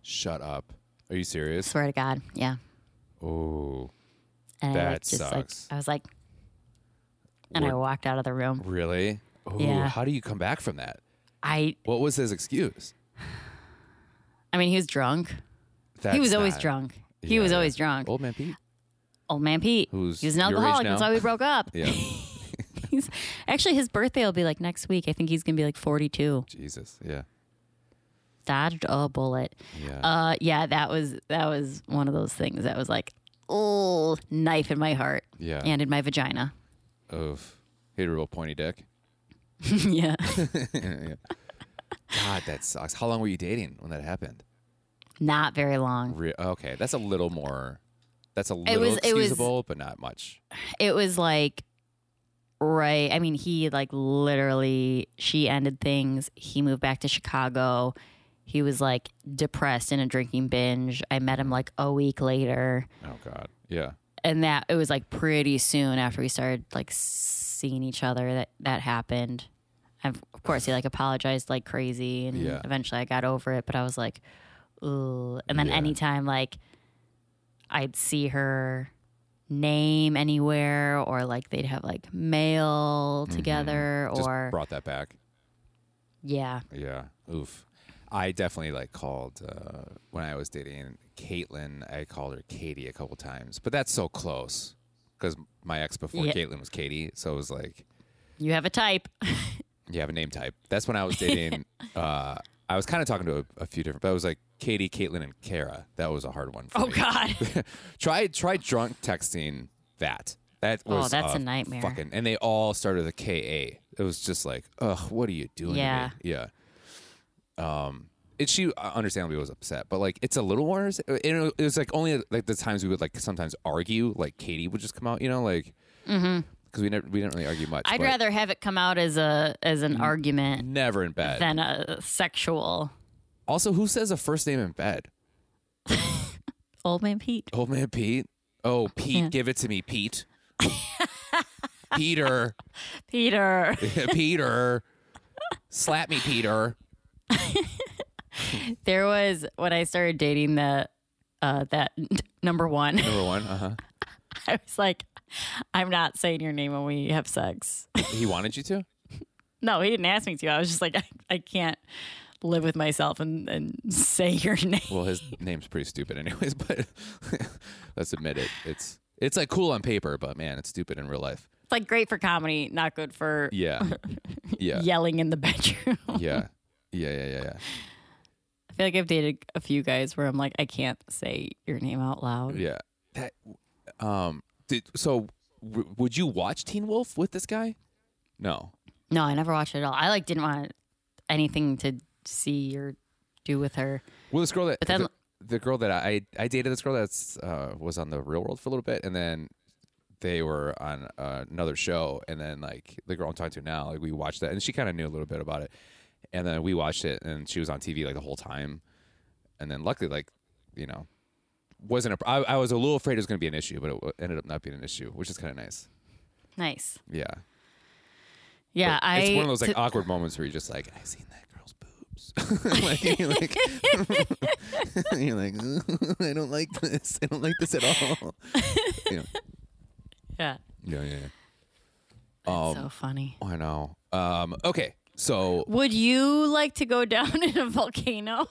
C: Shut up. Are you serious?
B: Swear to God. Yeah.
C: Oh,
B: And I like,
C: That
B: just
C: sucks.
B: like I was like and I
C: What-
B: walked out of the room.
C: really? Ooh,
B: Yeah.
C: How do you come back from that?
B: I
C: What was his excuse?
B: I mean he was drunk.
C: That's
B: he was always
C: not-
B: drunk. He
C: Yeah,
B: was
C: yeah.
B: always drunk. Old,
C: Old
B: [LAUGHS]
C: man Pete.
B: man Pete.
C: Who's
B: he was an
C: your age
B: alcoholic.
C: now.
B: That's why we broke up.
C: [LAUGHS] Yeah.
B: [LAUGHS] he's actually his birthday will be like next week. I think he's gonna be like forty two.
C: Jesus. Yeah.
B: Dodged a bullet.
C: Yeah.
B: Uh yeah, that was that was one of those things that was like oh knife in my heart.
C: Yeah.
B: And in my vagina. [LAUGHS]
C: Oof. He had a real pointy dick. [LAUGHS]
B: yeah. [LAUGHS]
C: Yeah. God, that sucks. How long were you dating when that happened?
B: Not very long.
C: Re- okay, that's a little more. That's a little
B: was- it was-
C: excusable, but not much.
B: it was like right i mean he like literally she ended things he moved back to chicago he was like depressed in a drinking binge i met him like a week later
C: Oh God. Yeah.
B: and that it was like pretty soon after we started like seeing each other that that happened and of course he like apologized like crazy and
C: Yeah.
B: eventually i got over it but i was like ooh and then
C: Yeah.
B: anytime like i'd see her name anywhere or like they'd have like mail together
C: Mm-hmm. Just
B: or
C: brought that back.
B: yeah
C: Yeah. Oof. I definitely like called uh, when I was dating Caitlin. I called her Katie a couple times, but that's so close because my ex before
B: Yeah.
C: Caitlin was Katie, so it was like
B: you have a type [LAUGHS]
C: you have a name type. That's when I was dating. uh, I was kind of talking to a, a few different, but I was like Katie, Caitlin, and Kara. That was a hard one. For
B: oh
C: me. [LAUGHS]
B: god
C: try try drunk texting that. That
B: Oh,
C: was
B: that's a nightmare.
C: Fucking, and they all started with a KA. It was just like, ugh, what are you doing?
B: Yeah.
C: to me? yeah. Um, it she uh, understandably was upset, but like it's a little more. and It was like only like the times we would like sometimes argue. Like Katie would just come out, you know, like because we never we didn't really argue much.
B: Mm-hmm. I'd
C: but
B: rather have it come out as a as an
C: Mm-hmm.
B: argument
C: never in bed.
B: than a sexual
C: also, who says a first name in bed?
B: old man Pete.
C: Old man Pete. Oh,
B: [LAUGHS]
C: Pete, give it to me, Pete. Peter,
B: Peter.
C: [LAUGHS] Peter, slap me, Peter.
B: There was when I started dating that uh that [LAUGHS] number one. [LAUGHS]
C: Number one. Uh huh.
B: I was like, I'm not saying your name when we have sex. [LAUGHS]
C: He wanted you to.
B: no, he didn't ask me to. I was just like, I, I can't live with myself and, and say [LAUGHS] your name.
C: Well, his name's pretty stupid, anyways. [LAUGHS] But let's admit it. It's it's like cool on paper, but man, it's stupid in real life.
B: It's like great for comedy, not good for
C: Yeah. Yeah.
B: yelling in the [LAUGHS] bedroom.
C: Yeah. Yeah. Yeah. Yeah. Yeah.
B: I feel like I've dated a few guys where I'm like, I can't say your name out loud.
C: Yeah. That. Um. Did so? W- would you watch Teen Wolf with this guy? No.
B: No, I never watched it at all. I like didn't want anything to see or do with her.
C: Well, this girl that
B: But then-
C: the, the girl that I I dated this girl that's uh, was on the Real World for a little bit, and then they were on uh, another show, and then like the girl I'm talking to now, like we watched that, and she kind of knew a little bit about it, and then we watched it, and she was on TV like the whole time, and then luckily like you know wasn't a I, I was a little afraid it was going to be an issue, but it w- ended up not being an issue, which is kind of nice.
B: Nice.
C: Yeah,
B: Yeah, I.
C: it's one of those like uh,
B: t-
C: awkward moments where you're just like, I've seen that girl's
B: [LAUGHS]
C: boobs. [LAUGHS] like, you're like, you're like, I don't like this. I don't like this at all. yeah.
B: yeah,
C: yeah, yeah, um,
B: that's so funny.
C: yeah. Oh, I know. Um, okay, so
B: Would you like to go [LAUGHS] down in a volcano?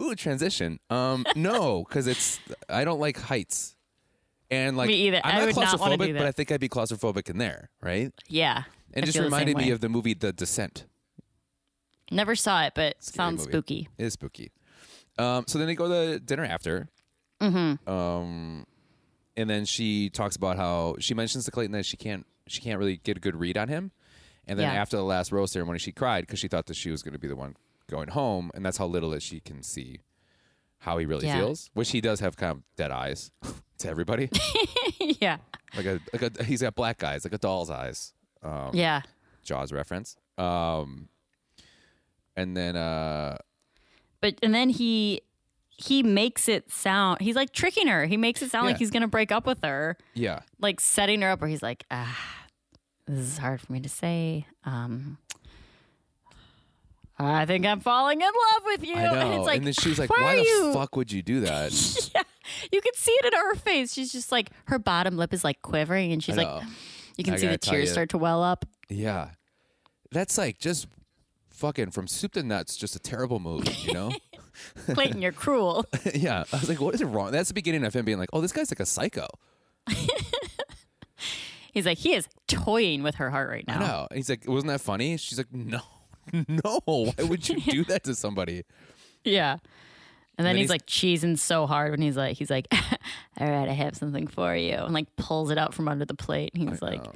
C: ooh, transition. Um, no, because it's I don't like heights, and like
B: Me either.
C: I'm
B: I
C: not
B: would not
C: claustrophobic,
B: wanna do
C: but
B: that.
C: I think I'd be claustrophobic in there, right?
B: yeah.
C: And
B: I
C: just
B: feel the same
C: reminded me
B: way.
C: of the movie The Descent.
B: Never saw it, but
C: Scary
B: sounds
C: movie.
B: spooky.
C: It is spooky. Um, so then they go to dinner after. Mm-hmm. Um, and then she talks about how she mentions to Clayton that she can't she can't really get a good read on him. And then
B: Yeah.
C: after the last rose ceremony, she cried because she thought that she was going to be the one going home, and that's how little that she can see how he really
B: Yeah.
C: feels. Which he does have kind of dead eyes [LAUGHS]
B: [LAUGHS]
C: to everybody,
B: yeah.
C: like a like a he's got black eyes, like a doll's eyes. Um,
B: Yeah.
C: Jaws reference. Um, and then uh,
B: But and then he he makes it sound he's like tricking her. He makes it sound
C: Yeah.
B: like he's gonna break up with her.
C: yeah,
B: like setting her up where he's like, ah, this is hard for me to say. Um, I think I'm falling in love with you.
C: I
B: [LAUGHS]
C: know.
B: And it's like,
C: then she was like,
B: why,
C: "Why,
B: are
C: the
B: you?
C: fuck would you do that?"
B: [LAUGHS] Yeah. You can see it in her face. She's just like, her bottom lip is like quivering, and she's
C: I
B: like,
C: know.
B: you can
C: I
B: see
C: gotta
B: the
C: tell
B: tears
C: you.
B: start to well
C: [LAUGHS]
B: up.
C: yeah, that's like just fucking from soup to nuts. Just a terrible move, you
B: [LAUGHS]
C: know? [LAUGHS]
B: Clayton, you're cruel.
C: yeah, I was like, "What is wrong?" That's the beginning of him being like, "Oh, this guy's like a psycho."
B: He's like, he is toying with her heart right
C: I
B: now.
C: know. And he's like, "Wasn't that funny?" She's like, "No, [LAUGHS] no. Why would
B: [LAUGHS]
C: you do that to somebody?"
B: Yeah. And then,
C: then
B: he's,
C: he's-
B: like cheesing so hard when he's like, he's like, [LAUGHS] all right, I have something for you. And like pulls it out from under the plate. And he's like,
C: know.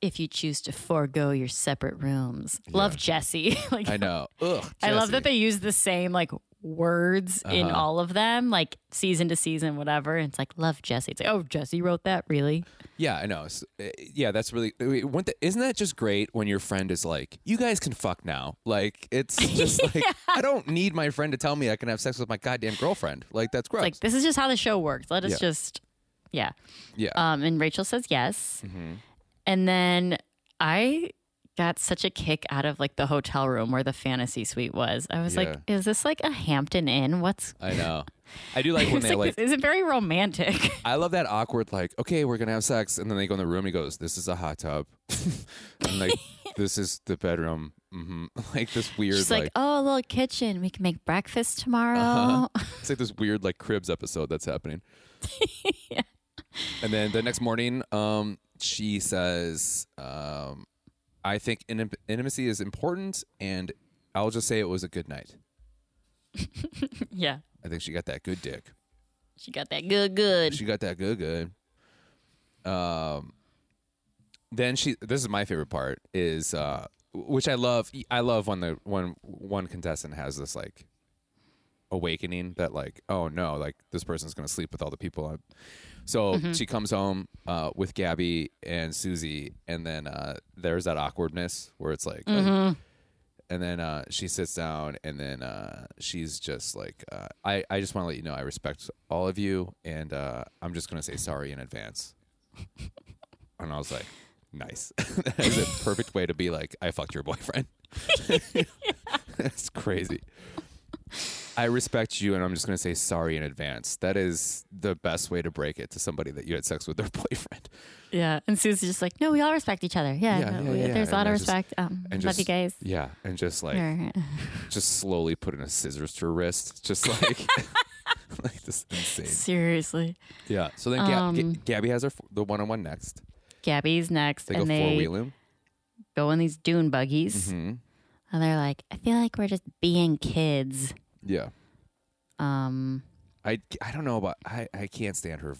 B: if you choose to forego your separate rooms. Love Jesse. [LAUGHS] like,
C: I
B: I,
C: know. Ugh.
B: love
C: Jesse. Uh-huh.
B: that they use the same like words in all of them, like season to season, whatever. And it's like, love Jesse. It's like, oh, Jesse wrote that? Really?
C: Yeah, I know. S- uh, yeah, that's really. wait, wouldn't that- Isn't that just great when your friend is like, "You guys can fuck now." Like,
B: [LAUGHS]
C: it's just like I don't need my friend to tell me I can have sex with my goddamn girlfriend. Like, that's gross.
B: Like, this is just how the show works. Let us
C: Yeah.
B: just, yeah.
C: yeah,
B: Um, and Rachel says yes.
C: Mm-hmm.
B: And then I got such a kick out of like the hotel room where the fantasy suite was. I was like, is this like a Hampton Inn? What's
C: I know. I
B: [LAUGHS]
C: do like
B: I
C: when
B: was
C: they
B: uh, like,
C: like.
B: this is very romantic. [LAUGHS]
C: I love that awkward like, "Okay, we're gonna have sex," and then they go in the room. He goes, "This is a hot tub," [LAUGHS]
B: [LAUGHS]
C: and like, "This is the bedroom." hmm [LAUGHS] Like Uh-huh. this weird
B: She's like, oh, a little kitchen. We can make breakfast tomorrow.
C: It's like this weird like cribs episode that's happening. And then the next morning, um, she says, um, "I think inim- intimacy is important, and I'll just say it was a good night.
B: [LAUGHS] yeah.
C: I think she got that good dick.
B: She got that good, good.
C: She got that good, good." Um, then she. This is my favorite part. Is uh, which I love. I love when the when one contestant has this like awakening that like oh no like this person's gonna sleep with all the people i so she comes home uh, with gabby and susie and then uh, there's that awkwardness where it's like oh, and then uh, she sits down and then uh, she's just like uh, I, I just want to let you know i respect all of you and uh, i'm just gonna say sorry in advance [LAUGHS] and i was like nice [LAUGHS] that is a perfect way to be like i fucked your boyfriend [LAUGHS] that's crazy I respect you, and I'm just going to say sorry in advance. That is the best way to break it to somebody that you had sex with their [LAUGHS] boyfriend.
B: Yeah. And Susie's just like, no, we all respect each other. Yeah.
C: Yeah,
B: no,
C: yeah,
B: we-
C: yeah.
B: There's a lot
C: And I
B: of
C: just-
B: respect. um,
C: And
B: love
C: just
B: you guys.
C: [LAUGHS] Yeah, and just like
B: Or-
C: just slowly putting a scissors to her wrist, just like [LAUGHS] like this is
B: [LAUGHS]
C: insane.
B: Seriously.
C: Yeah. So then Gab-
B: Um,
C: Ga- Gabby has her f- the one on one next.
B: Gabby's next.
C: They go
B: and
C: four Mm-hmm.
B: they
C: wheeling.
B: go in these dune buggies. And they're like, I feel like we're just being kids.
C: Yeah.
B: Um,
C: I I don't know about I I can't stand her.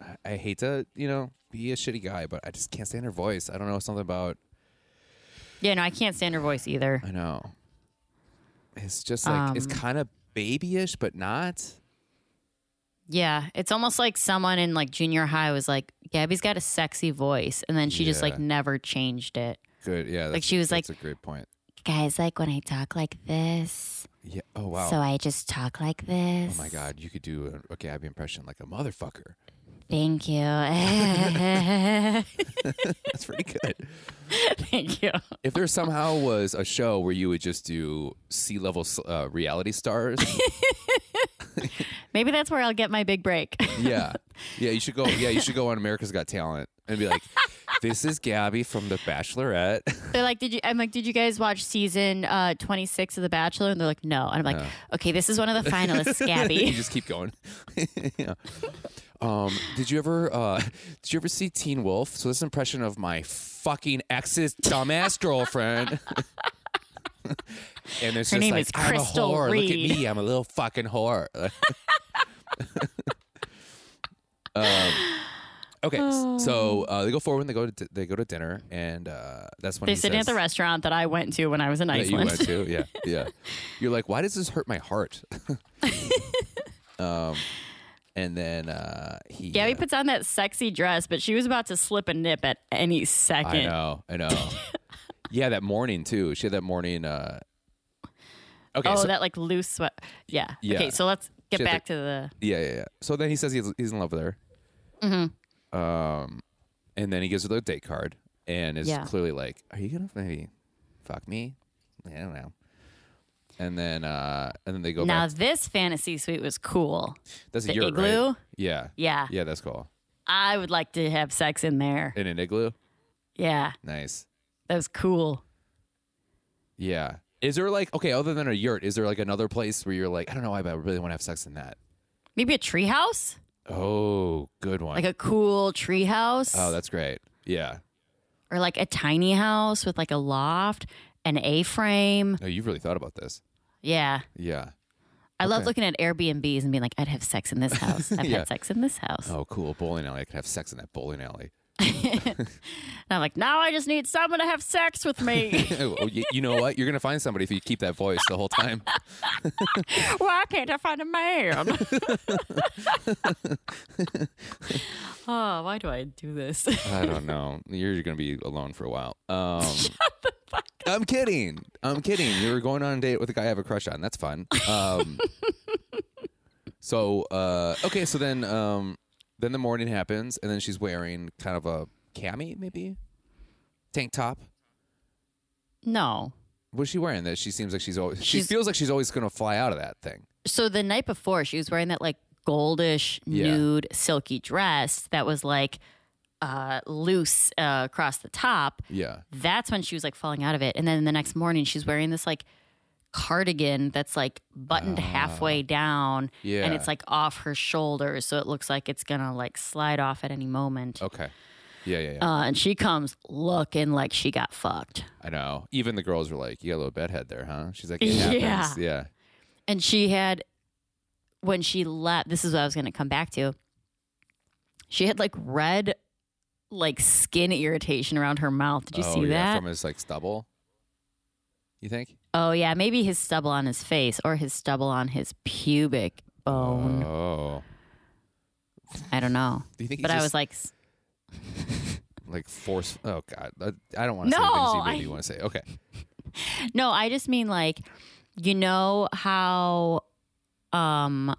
C: I, I hate to you know be a shitty guy, but I just can't stand her voice. I don't know something about.
B: yeah, no, I can't stand her voice either.
C: I know. It's just like it's
B: Um,
C: kind of babyish, but not.
B: Yeah, it's almost like someone in like junior high was like, Gabby's got a sexy voice, and then she just like
C: Yeah.
B: never changed it.
C: Good. Yeah. that's-
B: she was
C: that's
B: like-
C: a great point.
B: Guys, like when I talk like this,
C: Yeah. Oh wow.
B: so I just talk like this.
C: oh my god, you could do a, a Gabby impression like a motherfucker.
B: Thank you. [LAUGHS] Thank
C: That's
B: [LAUGHS]
C: pretty good.
B: you.
C: if there somehow was a show where you would just do sea level uh, reality stars,
B: Maybe that's where I'll get my big break. [LAUGHS]
C: yeah, yeah, you should go. Yeah, you should go on America's Got Talent and be like, "This is Gabby from The Bachelorette." [LAUGHS]
B: They're like, did you? I'm like, did you guys watch season uh, 26 of The Bachelor? And they're like, no. And I'm like, okay, this is one of the
C: [LAUGHS]
B: finalists,
C: you
B: Gabby.
C: just keep going. [LAUGHS] yeah. Um, did you ever uh, did you ever see Teen Wolf? So this is an impression of my fucking ex's dumbass girlfriend. [LAUGHS] and it's
B: Her
C: just
B: name
C: like
B: is
C: I'm
B: Crystal
C: a whore. Look
B: Reed."
C: at me, I'm a little fucking whore. [LAUGHS] um, okay, s-
B: Oh.
C: so uh, they go forward and they go to they go to dinner, and uh, that's when
B: They're
C: he
B: sitting at
C: says-
B: the restaurant that I went to when I was in
C: that you
B: Iceland.
C: went to. Yeah, yeah. You're like, why does this hurt my heart? [LAUGHS] um, and then uh,
B: [LAUGHS]
C: he.
B: Gabby puts on that sexy dress, but she was about to slip a nip at any second.
C: I know,
B: [LAUGHS]
C: I know. yeah, that morning too. She had that morning. Uh, okay.
B: oh,
C: so,
B: that like loose sweat. Yeah.
C: Yeah.
B: Okay, so let's get
C: She had
B: back to the.
C: yeah, yeah, yeah. So then he says he's, he's in love with her.
B: Mm-hmm.
C: Um, and then he gives her the date card and is
B: Yeah.
C: clearly like, "Are you gonna maybe fuck me? I don't know." And then, uh, and then they go
B: Now
C: back.
B: this fantasy suite was cool.
C: That's
B: the
C: a yurt, right?
B: igloo?
C: Yeah,
B: Yeah.
C: yeah. That's cool.
B: I would like to have sex in there.
C: In an igloo.
B: Yeah,
C: Nice.
B: that was cool.
C: Yeah. Is there like okay, other than a yurt, is there like another place where you're like, I don't know why, but I really want to have sex in that?
B: Maybe a treehouse,
C: Oh, good one.
B: like a cool treehouse,
C: oh, that's great. Yeah.
B: or like a tiny house with like a loft, an A-frame.
C: No, Oh, you've really thought about this.
B: Yeah,
C: Yeah.
B: I love looking at Airbnbs and being like, I'd have sex in
C: [LAUGHS]
B: this house. I've
C: Yeah.
B: had sex in this house.
C: Oh, cool. Bowling alley. I could have sex in that bowling alley. [LAUGHS]
B: And I'm like, now I just need someone to have sex with
C: [LAUGHS]
B: me.
C: oh, you, you know what? You're gonna find somebody if you keep that voice the whole time.
B: [LAUGHS] Why can't I find a
C: [LAUGHS]
B: man? [LAUGHS] oh, why do I do this? [LAUGHS]
C: I don't know. You're gonna be alone for a while. Um, I'm kidding. I'm kidding. You were going on a date with a guy I have a crush on. That's fun.
B: [LAUGHS]
C: Um, so uh, okay, so then um, then the morning happens, and then she's wearing kind of a cami, maybe tank top.
B: no.
C: What's she wearing? That she seems like she's always. she
B: She's-
C: feels like she's always gonna fly out of that thing.
B: So the night before, she was wearing that like goldish,
C: Yeah.
B: nude, silky dress that was like uh, loose uh, across the top.
C: Yeah.
B: That's when she was like falling out of it. And then the next morning, she's wearing this like cardigan that's like buttoned halfway down
C: Ah. Yeah.
B: and it's like off her shoulders. So it looks like it's gonna like slide off at any moment.
C: Okay. Yeah, Oh, yeah, yeah.
B: Uh, and she comes looking like she got fucked.
C: I know. Even the girls were like, "You got a little bedhead there, huh?"
B: [LAUGHS]
C: She's like, "It happens." Yeah.
B: And she had, when she left, this is what I was going to come back to. She had like red, like skin irritation around her mouth. Did you
C: oh,
B: see
C: yeah,
B: that?
C: From his like stubble. You think?
B: Oh yeah, maybe his stubble on his face or his stubble on his pubic bone.
C: Oh,
B: I don't know.
C: do you think?
B: But I
C: he just,
B: was like, s-
C: like force. Oh God, I, I don't want to say
B: No,
C: things you
B: I-
C: maybe want to say.
B: [LAUGHS]
C: Okay,
B: no, I just mean like, you know how, um,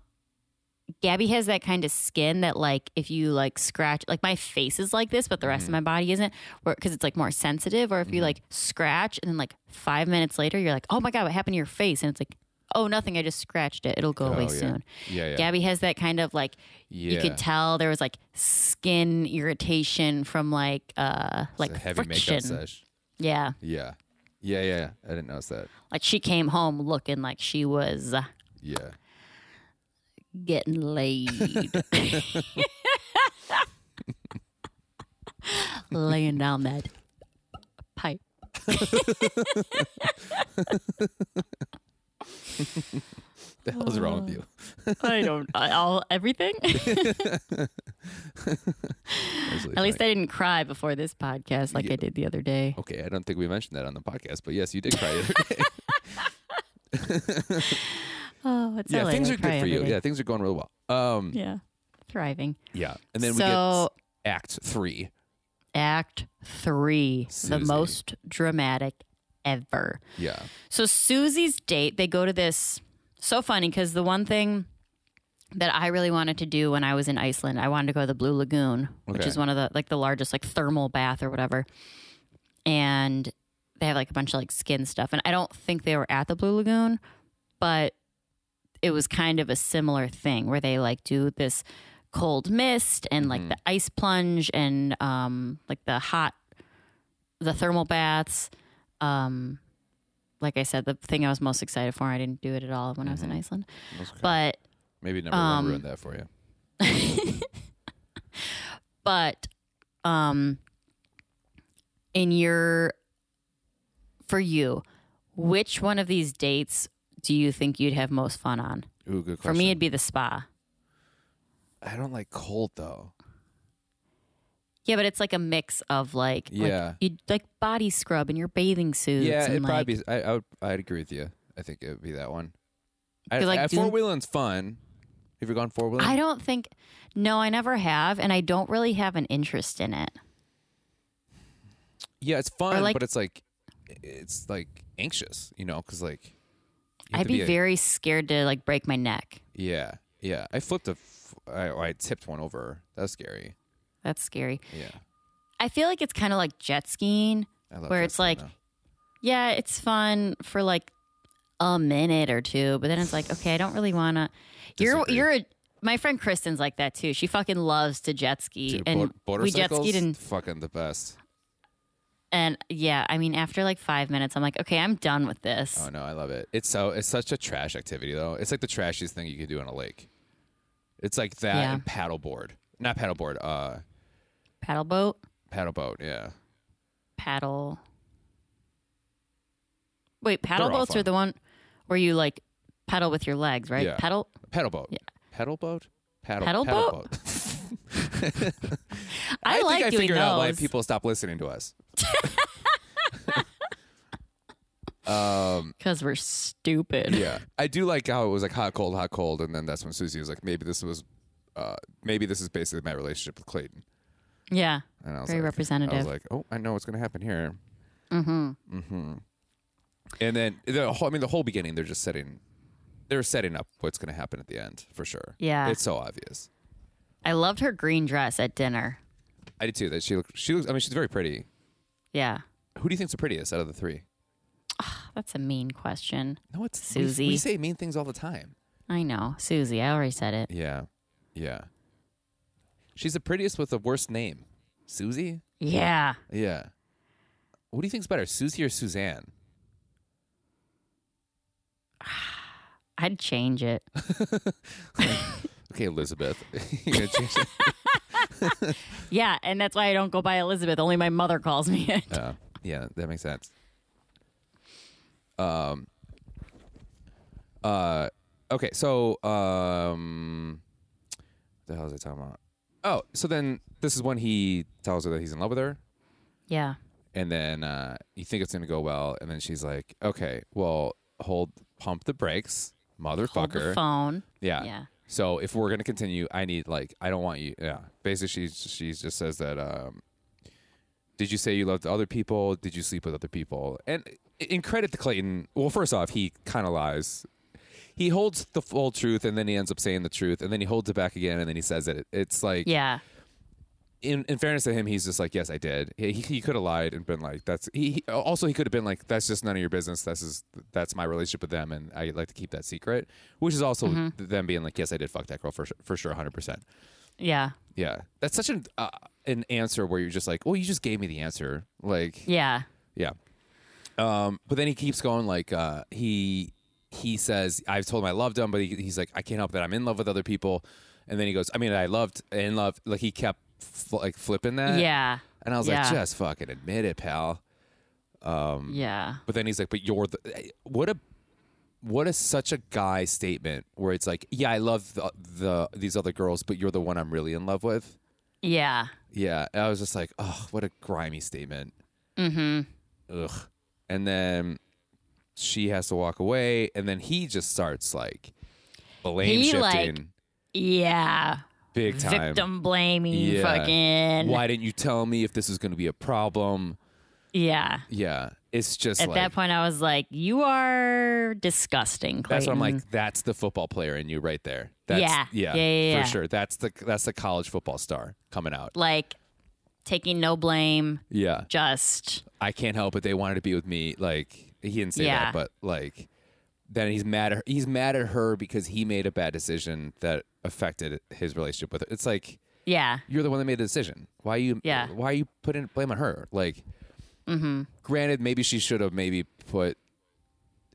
B: Gabby has that kind of skin that like if you like scratch, like my face is like this, but the rest of my
C: Mm-hmm.
B: body isn't, because it's like more sensitive. Or if you like scratch and then like five minutes later you're like, oh my god, what happened to your face? And it's like, oh nothing, I just scratched it. It'll go away
C: Oh, yeah.
B: soon.
C: yeah, yeah,
B: Gabby has that kind of like
C: yeah.
B: you could tell there was like skin irritation from like uh
C: It's
B: like
C: a heavy
B: friction.
C: makeup sesh.
B: Yeah,
C: Yeah, yeah, yeah. I didn't notice that.
B: like she came home looking like she was uh,
C: Yeah. [LAUGHS]
B: getting laid. [LAUGHS] Laying down that pipe.
C: The hell's
B: [SIGHS]
C: wrong with you?
B: I don't. I, all [LAUGHS] everything.
C: That's really
B: At least
C: funny.
B: I didn't cry before this podcast like I
C: Yeah. Oh.
B: did the other day.
C: okay, I don't think we mentioned that on the podcast, but yes, you
B: [LAUGHS]
C: did cry. [LAUGHS] the other day.
B: Oh, it's
C: yeah,
B: LA.
C: things
B: I
C: are
B: cry
C: good for
B: every
C: you.
B: day.
C: Yeah, things are going real well. Um, yeah.
B: yeah, thriving.
C: and then
B: so
C: we get Act Three.
B: Act three,
C: Susie.
B: the most dramatic ever.
C: Yeah,
B: So Susie's date, they go to this. So funny because the one thing that I really wanted to do when I was in Iceland, I wanted to go to the Blue Lagoon, which
C: Okay.
B: is one of the like the largest like thermal bath or whatever. And they have like a bunch of like skin stuff, and I don't think they were at the Blue Lagoon, but it was kind of a similar thing where they like do this cold mist and like the ice plunge and um like the hot the thermal baths um like i said the thing i was most excited for i didn't do it at all when i
C: Mm-hmm.
B: was in iceland but
C: maybe number
B: Um,
C: one ruined that for you.
B: but um in your for you which one of these dates do you think you'd have most fun on
C: Ooh, good question.
B: for me it'd be the spa
C: I don't like cold though.
B: yeah but it's like a mix of like
C: Yeah.
B: like, you'd like body scrub in your bathing suits
C: yeah,
B: and
C: it'd
B: like
C: probably be. I, I would. I'd agree with you. I think it would be that one. I,
B: 'Cause, like,
C: I,
B: dune-
C: four wheeling's fun. Have you gone four wheeling?
B: I don't think no, I never have, and I don't really have an interest in it.
C: Yeah, it's fun,
B: like-
C: but it's like, it's like anxious, you know, because like. you have
B: I'd
C: to
B: be,
C: a-
B: very scared to like break my neck.
C: Yeah, yeah. I flipped a. F- I, I tipped one over. That's scary.
B: That's scary.
C: Yeah,
B: I feel like it's kind of like jet skiing.
C: I love
B: Where
C: jet
B: it's
C: skiing,
B: like-
C: though.
B: Yeah, it's fun for like a minute or two, but then it's like, okay, I don't really want
C: [SIGHS]
B: to. You're
C: Disagree.
B: you're a, my friend Kristen's like that too. She fucking loves to jet ski,
C: Dude,
B: and
C: bo-
B: we jet
C: motorcycles?
B: skied and
C: fucking the best.
B: and yeah, I mean after like five minutes, I'm like, okay, I'm done with this.
C: Oh no, I love it. It's so it's such a trash activity though. It's like the trashiest thing you could do on a lake. It's like that
B: Yeah.
C: and paddleboard. Not paddleboard. Uh,
B: Paddle boat,
C: paddle boat. Yeah.
B: paddle. Wait, paddle
C: all
B: boats are
C: fun.
B: the one where you like pedal with your legs, right?
C: Yeah.
B: Pedal.
C: Paddle boat.
B: Yeah.
C: Paddle boat. Paddle,
B: Paddle boat? [LAUGHS] I, like
C: think I
B: doing
C: figured
B: those.
C: out why people stop listening
B: [LAUGHS]
C: to us. um.
B: because we're stupid.
C: Yeah. I do like how it was like hot, cold, hot, cold, and then that's when Susie was like, maybe this was, uh, maybe this is basically my relationship with Clayton.
B: [LAUGHS] Yeah.
C: And I was
B: Very
C: like, [LAUGHS] I
B: representative.
C: was like, oh, I know what's going to happen here. Mm-hmm. Mm-hmm. And then the whole, I mean, the whole beginning, they're just setting, they're setting up what's going to happen at the end for sure.
B: Yeah.
C: it's so obvious.
B: I loved her green dress at dinner.
C: I did too. That she looks, she looks. I mean, she's very pretty.
B: Yeah.
C: Who do you think's the prettiest out of the three?
B: That's a mean question.
C: No, it's we-
B: Susie.
C: We, say mean things all the time.
B: I know. Susie, I already said it.
C: Yeah, yeah. She's the prettiest with the worst name, Susie.
B: Yeah.
C: Yeah. What do you think's better, Susie or Suzanne?
B: I'd change it.
C: Okay, Elizabeth. [LAUGHS] You're gonna change it?
B: yeah. And that's why I don't go by Elizabeth. Only my mother calls me it.
C: Uh, yeah, that makes sense. Um. Uh. Okay. So. Um. What the hell is I talking about? Oh, so then this is when he tells her that he's in love with her,
B: Yeah.
C: and then uh, you think it's going to go well, and then she's like, "Okay, well, hold, pump the brakes, motherfucker."
B: Hold the phone.
C: Yeah.
B: Yeah.
C: So if we're gonna continue, I need like I don't want you. Yeah. Basically, she she just says that. Um, did you say you loved other people? Did you sleep with other people? And in credit to Clayton, well, first off, he kind of lies. He holds the full truth, and then he ends up saying the truth, and then he holds it back again, and then he says it. It's like,
B: Yeah.
C: in, in fairness to him, he's just like, yes, I did. He, he, he could have lied and been like, that's. He, he also he could have been like, that's just none of your business. That's is that's my relationship with them, and I like to keep that secret. Which is also them being like, yes, I did fuck that girl for sure, for sure, hundred percent.
B: Yeah.
C: Yeah, that's such an uh, an answer where you're just like, well, you just gave me the answer. Like,
B: Yeah.
C: yeah. Um, but then he keeps going like uh, he he says, I've told him I loved him, but he, he's like, I can't help that I'm in love with other people. And then he goes, I mean, I loved in love. Like he kept fl- like flipping that.
B: Yeah.
C: And I was
B: Yeah.
C: like, just fucking admit it, pal. um,
B: Yeah.
C: But then he's like, but you're the eh, what a what is such a guy statement where it's like, yeah, I love the, the these other girls, but you're the one I'm really in love with.
B: Yeah.
C: Yeah, and I was just like, oh, what a grimy statement. Mm-hmm. Ugh. And then she has to walk away, and then he just starts like blame
B: He,
C: shifting
B: like, Yeah.
C: big time.
B: Victim blaming.
C: Yeah.
B: Fucking.
C: Why didn't you tell me if this was going to be a problem?
B: Yeah.
C: Yeah, it's just
B: At
C: like,
B: that point, I was like, "You are disgusting, Clayton."
C: That's what I'm like. That's the football player in you right there. That's,
B: Yeah. Yeah,
C: yeah,
B: yeah, yeah.
C: for sure. That's the that's the college football star coming out.
B: Like, taking no blame,
C: Yeah,
B: just
C: I can't help it. They wanted to be with me. Like he didn't say
B: Yeah.
C: that, but like then he's mad at her. he's mad at her because he made a bad decision that affected his relationship with her. It's like
B: yeah,
C: you're the one that made the decision. Why you
B: Yeah.
C: why are you putting blame on her? Like granted, maybe she should have maybe put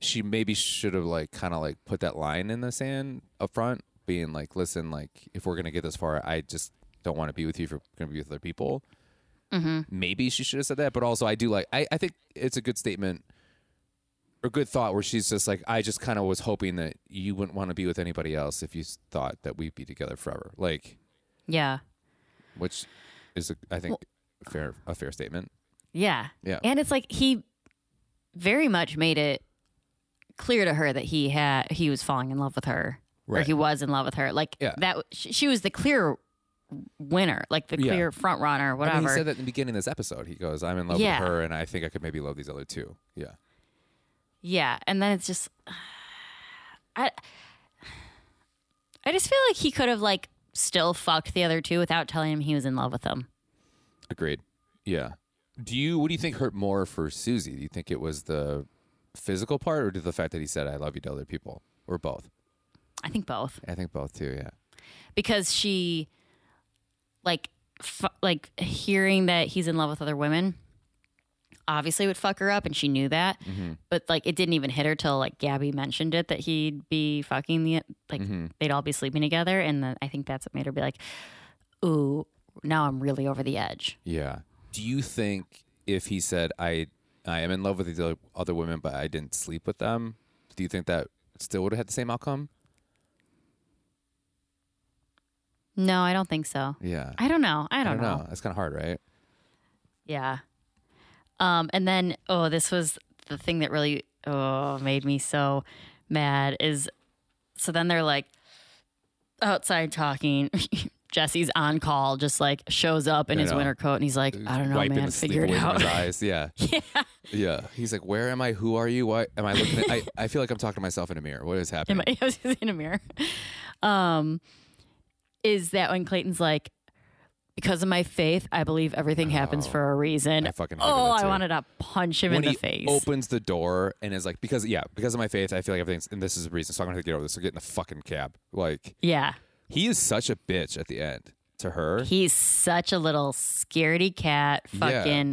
C: she maybe should have like kind of like put that line in the sand up front, being like, listen, like if we're gonna get this far, I just don't want to be with you if you're gonna be with other people. Maybe she should have said that, but also I do like I, I think it's a good statement or good thought where she's just like, I just kind of was hoping that you wouldn't want to be with anybody else if you s- thought that we'd be together forever. Like
B: yeah,
C: which is a, I think fair a fair statement.
B: yeah,
C: Yeah.
B: And it's like he very much made it clear to her that he had he was falling in love with her, or
C: Right.
B: he was in love with her. Like
C: Yeah.
B: that, she, she was the clear winner, like the
C: Yeah.
B: clear front runner,
C: I mean,
B: whatever.
C: he said that in the beginning of this episode. He goes, "I'm in love
B: Yeah.
C: with her, and I think I could maybe love these other two. Yeah,
B: Yeah, and then it's just [SIGHS] I I just feel like he could have like still fucked the other two without telling him he was in love with them.
C: agreed. Yeah. Do you? What do you think hurt more for Susie? Do you think it was the physical part, or did the fact that he said "I love you" to other people, or both?
B: I think both
C: I think both too. Yeah.
B: because she like f- like hearing that he's in love with other women obviously would fuck her up and she knew that but like it didn't even hit her till like Gabby mentioned it that he'd be fucking the like they'd all be sleeping together and then I think that's what made her be like ooh now I'm really over the edge
C: Yeah. Do you think if he said, "I I am in love with these other- other women, but I didn't sleep with them," do you think that still would have had the same outcome?
B: No, I don't think so.
C: Yeah.
B: I don't know. I don't, know.
C: That's kind of hard, right?
B: Yeah. Um, and then oh, this was the thing that really oh made me so mad is so then they're like outside talking. [LAUGHS] Jesse's on call, just like shows up in
C: I
B: his
C: know.
B: winter coat, and he's like, I don't know,
C: wiping
B: man,
C: the sleep
B: figure it
C: away from
B: out.
C: his
B: [LAUGHS]
C: eyes. Yeah. yeah. Yeah. He's like, Where am I? Who are you? Why am I looking at I, I feel like I'm talking to myself in a mirror. What is
B: in
C: happening?
B: my I [LAUGHS] was in a mirror. Um, is that when Clayton's like, because of my faith, I believe everything happens
C: Oh,
B: for a reason.
C: I fucking hated
B: oh,
C: that
B: I
C: too.
B: wanted to punch him
C: when
B: in the
C: he
B: face.
C: opens the door and is like, because yeah, because of my faith, I feel like everything's and this is the reason. So I'm gonna have to get over this. So get in the fucking cab. Like
B: yeah,
C: he is such a bitch at the end to her.
B: he's such a little scaredy cat.
C: Yeah.
B: Fucking.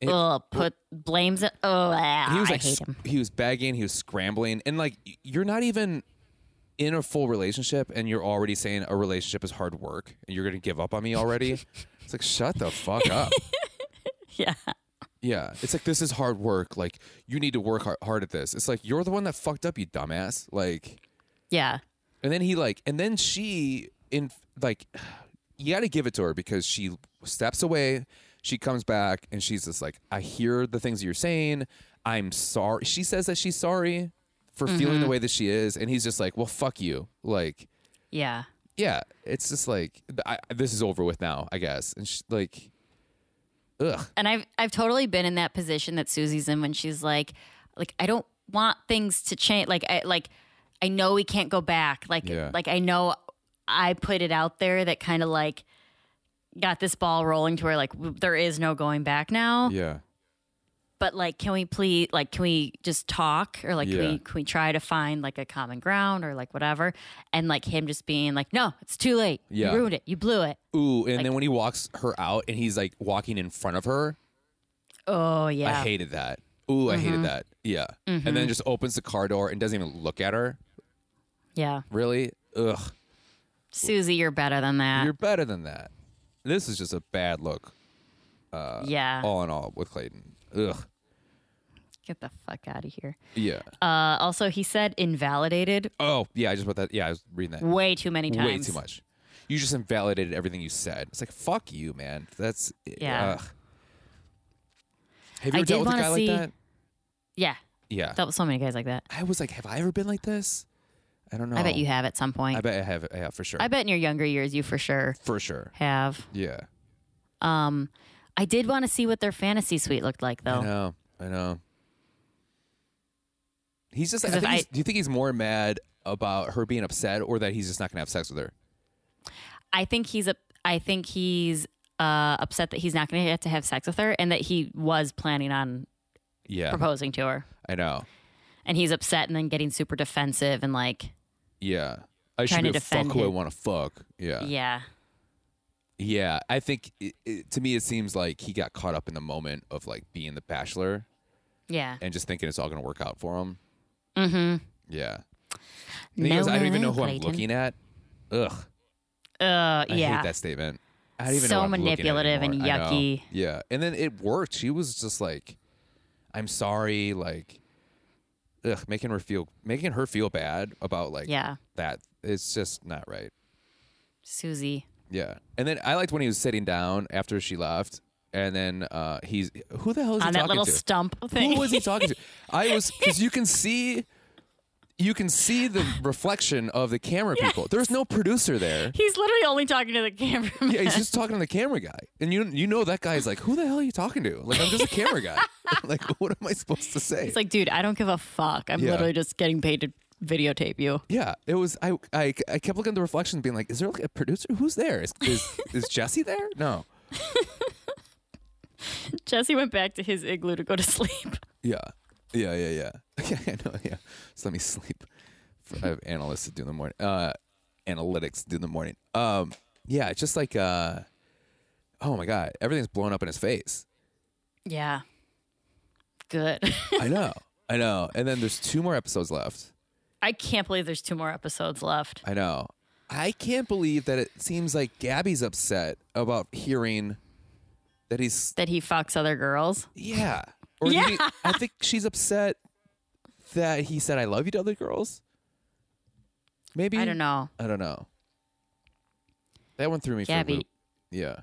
C: It-
B: ugh, put blames it. Oh, ah,
C: he was
B: I
C: like
B: hate
C: sc-
B: him. [LAUGHS]
C: he was begging, he was scrambling, and like y- you're not even in a full relationship, and you're already saying a relationship is hard work, and you're gonna give up on
B: [LAUGHS]
C: me already. it's like shut the fuck up.
B: Yeah,
C: Yeah, it's like this is hard work. Like you need to work hard, hard at this. It's like you're the one that fucked up, you dumbass. Like,
B: yeah,
C: and then he like, and then she in like, you got to give it to her because she steps away. She comes back and she's just like, I hear the things you're saying. I'm sorry. She says that she's sorry for feeling the way that she is. And he's just like, well, fuck you. Like,
B: Yeah.
C: yeah, it's just like, th- I, this is over with now, I guess. And she's like, ugh.
B: and I've I've totally been in that position that Susie's in when she's like, like I don't want things to change. Like I like I know we can't go back. Like
C: Yeah.
B: like I know I put it out there that kind of like got this ball rolling to where like w- there is no going back now.
C: Yeah.
B: But like, can we please like can we just talk or like
C: Yeah.
B: can we can we try to find like a common ground or like whatever? And like him just being like, no, it's too late.
C: Yeah.
B: You ruined it. You blew it.
C: Ooh. And then when he walks her out and he's like walking in front of her,
B: Oh yeah. Mm-hmm.
C: I hated that. Ooh, I hated that. Yeah. And then just opens the car door and doesn't even look at her.
B: yeah.
C: Really? Ugh.
B: Susie, you're better than that.
C: You're better than that. This is just a bad look,
B: yeah.
C: all in all, with Clayton. Ugh.
B: Get the fuck out of here.
C: Yeah.
B: Uh, also, he said invalidated
C: oh, yeah. I just put that. Yeah, I was reading that
B: way too many times.
C: way too much. You just invalidated everything you said. It's like fuck you, man. That's eh,
B: Yeah.
C: Ugh. Have you
B: I did
C: ever dealt with a
B: wanna
C: guy
B: see-
C: like that?
B: Yeah,
C: Yeah.
B: dealt with so many guys like that.
C: I was like, have I ever been like this? I don't know.
B: I bet you have at some point.
C: Oh. I bet I have. Yeah, for sure.
B: I bet in your younger years you for sure
C: for sure.
B: have.
C: Yeah.
B: Um, I did want to see what their fantasy suite looked like
C: I
B: though.
C: know. I know. He's just. I
B: 'Cause if
C: think he's-
B: I-
C: do you think he's more mad about her being upset, or that he's just not gonna have sex with her?
B: I think he's a. I think he's uh, upset that he's not going to get to have sex with her, and that he was planning on
C: Yeah,
B: proposing to her,
C: I know.
B: and he's upset and then getting super defensive and like,
C: Yeah, I should
B: Trying
C: be
B: to
C: able to fuck
B: defend
C: who I
B: him.
C: want to fuck. Yeah, yeah.
B: yeah,
C: I think it, it, to me it seems like he got caught up in the moment of like being the bachelor
B: yeah.
C: and just thinking it's all gonna work out for him.
B: Mm-hmm.
C: Yeah, And he goes, I don't even know who I'm looking at. Ugh,
B: Uh,
C: I
B: yeah.
C: hate that statement. I don't even
B: So
C: know what I'm looking at
B: manipulative and
C: anymore. I know.
B: yucky.
C: Yeah, and then it worked. She was just like, "I'm sorry," like, ugh, making her feel, making her feel bad about like
B: Yeah.
C: that. It's just not right.
B: Susie.
C: Yeah, and then I liked when he was sitting down after she left, and then uh, he's who the hell is he
B: on that
C: talking
B: little
C: to?
B: stump thing.
C: who was he talking to? I was because you can see, you can
B: [SIGHS]
C: see the reflection of the camera people. There's no producer there.
B: [LAUGHS] He's literally only talking to the cameraman. [LAUGHS]
C: Yeah, he's just talking to the camera guy, and you you know that guy's like, who the hell are you talking to? Like I'm just a camera guy. [LAUGHS] like what am I supposed to say?
B: It's like, dude, I don't give a fuck. I'm
C: Yeah.
B: literally just getting paid to videotape you. [LAUGHS]
C: yeah, it was. I, I I kept looking at the reflection, being like, is there like a producer? Who's there? Is is, is Jesse there? No.
B: Jesse went back to his igloo to go to [LAUGHS] sleep.
C: Yeah. Yeah, yeah, [LAUGHS] yeah. Yeah, I know, yeah. Just let me sleep. For- I have analysts to do in the morning. Uh analytics to do in the morning. Um yeah, it's just like uh oh my god, everything's blown up in his face.
B: Yeah. Good. [LAUGHS]
C: I know. I know. And then there's two more episodes left.
B: I can't believe there's two more episodes left.
C: I know. I can't believe that it seems like Gabby's upset about hearing that he's
B: That he fucks other girls.
C: yeah. Or
B: Yeah.
C: maybe- I think she's upset that he said I love you to other girls. Maybe
B: I don't know.
C: I don't know. That one threw me for a
B: Gabby,
C: loop. Yeah.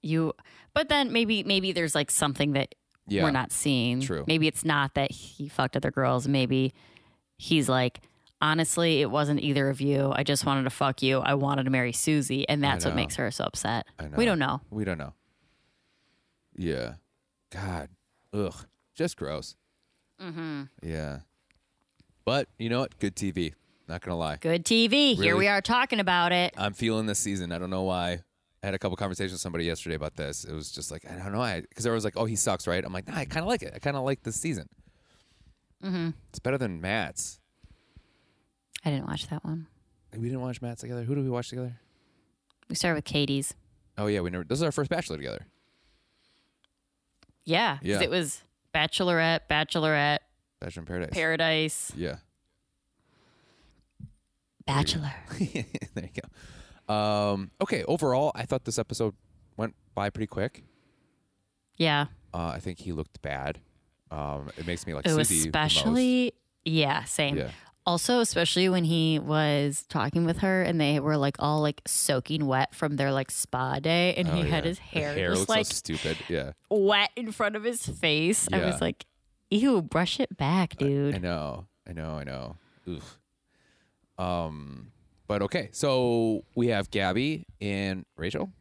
B: you but then maybe maybe there's like something that
C: Yeah.
B: we're not seeing.
C: True.
B: Maybe it's not that he fucked other girls. Maybe he's like, honestly, it wasn't either of you. I just wanted to fuck you. I wanted to marry Susie, and that's what
C: know.
B: makes her so upset.
C: I know.
B: We don't know.
C: We don't know. Yeah. God. Ugh. Just gross. Mm-hmm. Yeah. But you know what? Good TV. Not gonna lie.
B: Good TV. Here
C: Really?
B: we are talking about it.
C: I'm feeling this season. I don't know why. I had a couple conversations with somebody yesterday about this. It was just like I don't know. I because everyone's like, "Oh, he sucks," right? I'm like, "Nah, I kind of like it. I kind of like this season. Mm-hmm.
B: Mm-hmm.
C: It's better than Matt's.
B: I didn't watch that one.
C: We didn't watch Matt's together. Who did we watch together?
B: We started with Katie's.
C: Oh yeah, we never. This is our first Bachelor together.
B: Yeah, 'cause
C: Yeah.
B: it was Bachelorette, Bachelorette,
C: Bachelor in Paradise.
B: Paradise,
C: yeah. [LAUGHS]
B: Bachelor.
C: there you go. Um, okay, overall, I thought this episode went by pretty quick.
B: Yeah,
C: Uh, I think he looked bad. Um, it makes me like
B: it was
C: Susie the most.
B: especially. Yeah, same.
C: Yeah.
B: Also, especially when he was talking with her and they were like all like soaking wet from their like spa day and he
C: Oh,
B: had
C: yeah.
B: his hair,
C: The hair
B: just
C: looks
B: like
C: so stupid. Yeah,
B: wet in front of his face. I
C: Yeah. Uh,
B: was like, ew, brush it back, dude. [LAUGHS]
C: I know, I know, I know. Oof. Um, but okay. So we have Gabby and Rachel.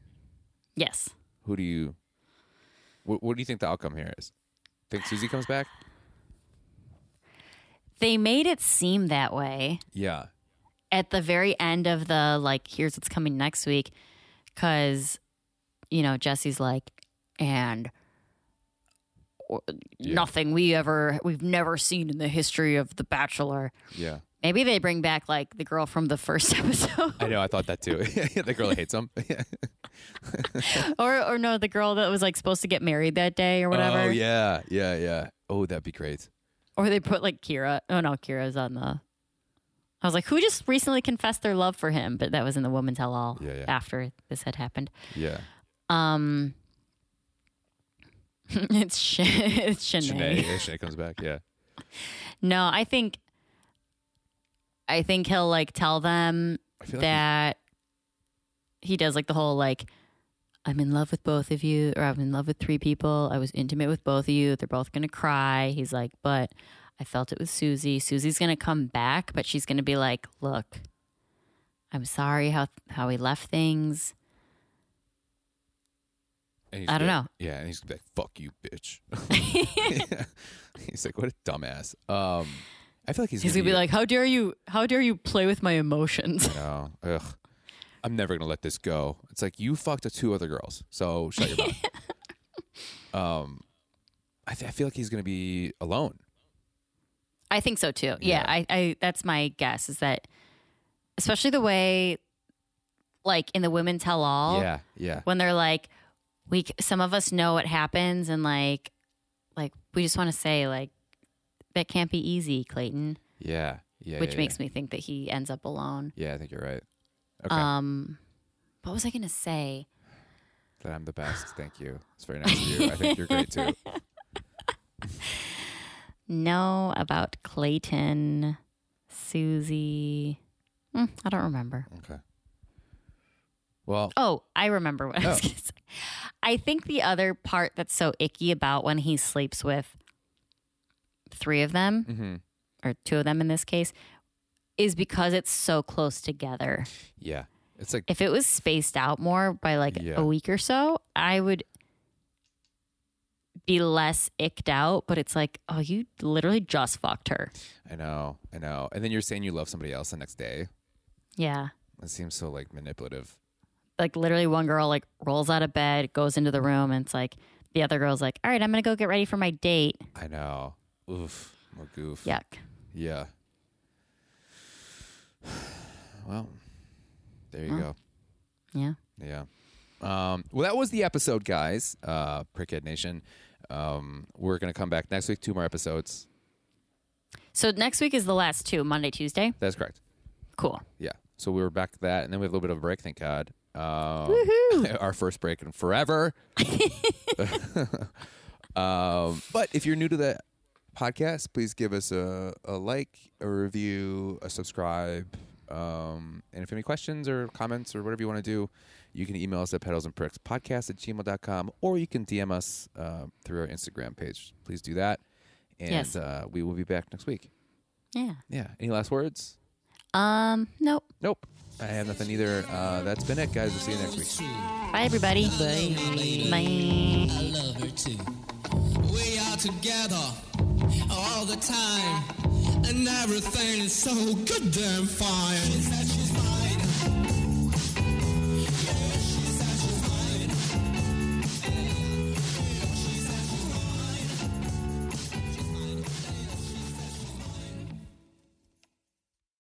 B: yes.
C: Who do you? What, what do you think the outcome here is? Think Susie comes back?
B: They made it seem that way
C: Yeah.
B: at the very end of the like, here's what's coming next week. Cause, you know, Jesse's like, and or-
C: Yeah.
B: nothing we ever, we've never seen in the history of The Bachelor.
C: Yeah.
B: Maybe they bring back like the girl from the [LAUGHS] first episode.
C: [LAUGHS] I know. I thought that too. the girl hates him.
B: or, or no, the girl that was like supposed to get married that day or whatever.
C: Oh yeah, yeah, yeah. Oh, that'd be great.
B: Or they put like Kira. Oh no, Kira's on the. I was like, who just recently confessed their love for him? But that was in the woman's hell all
C: Yeah, yeah.
B: after this had happened.
C: Yeah.
B: Um, [LAUGHS] it's Sh- it's Shanae.
C: Shanae, yeah, Shanae comes back. Yeah.
B: No, I think, I think he'll like tell them
C: I feel like
B: that he does like the whole like I'm in love with both of you or I'm in love with three people. I was intimate with both of you. They're both going to cry. He's like, "But I felt it with Susie. Susie's going to come back, but she's going to be like, "Look, I'm sorry how how we left things."
C: And he's
B: I don't
C: gonna-
B: know.
C: Yeah, and he's gonna be like, "Fuck you,
B: [LAUGHS]
C: bitch." [LAUGHS] he's like, "What a dumbass." Um, I feel like he's,
B: He's
C: gonna,
B: going to be like, "How dare you? How dare you play with my emotions?"
C: "No, ugh, I'm never gonna let this go." It's like you fucked the two other girls, so shut
B: [LAUGHS]
C: your mouth. um, I, th- I feel like he's gonna be alone.
B: I think so too. Yeah,
C: Yeah.
B: I, I that's my guess is that especially the way like in the women tell all
C: Yeah, yeah,
B: when they're like we c- some of us know what happens and like like we just want to say like that can't be easy clayton
C: yeah, yeah.
B: which
C: yeah,
B: makes me think that he ends up alone
C: yeah. yeah, I think you're right. Okay,
B: um what was i gonna say
C: that I'm the best. Thank you. It's very nice of you. I think you're
B: [LAUGHS]
C: great too.
B: no about clayton susie Mm, i don't remember
C: Okay. Well,
B: Oh, I remember what I was
C: Oh.
B: going to say. I think the other part that's so icky about when he sleeps with three of them,
C: mhm.
B: or two of them in this case, is because it's so close together.
C: yeah, it's like
B: If it was spaced out more by like
C: Yeah.
B: a week or so, I would be less icked out, but it's like, oh, you literally just fucked her.
C: I know, I know. And then you're saying you love somebody else the next day.
B: Yeah.
C: That seems so like manipulative.
B: like literally one girl like rolls out of bed, goes into the room, and it's like the other girl's like, "All right, I'm gonna go get ready for my date."
C: I know. Oof. More goof.
B: Yuck.
C: Yeah. [SIGHS] Well, there you go.
B: Yeah.
C: Yeah. Um, well, that was the episode, guys. Uh, Prickhead Nation. Um, we're gonna come back next week. Two more episodes.
B: So next week is the last two, Monday, Tuesday.
C: That's correct.
B: Cool.
C: Yeah. So we were back to that, and then we have a little bit of a break. Thank God. Um, [LAUGHS] our first break in forever. [LAUGHS] um, but if you're new to the podcast, please give us a, a like, a review, a subscribe. Um, and if you have any questions or comments or whatever you want to do, you can email us at pedals and pricks podcast at gmail.com or you can DM us uh, through our Instagram page. Please do that. And
B: Yes.
C: uh, we will be back next week.
B: Yeah.
C: Yeah. Any last words?
B: Um. Nope.
C: Nope. I have nothing either. Uh, that's been it, guys. We'll see you next week.
B: Bye, everybody. Bye. Bye.
D: I love her too. We are together all the time, and everything is so good damn fine.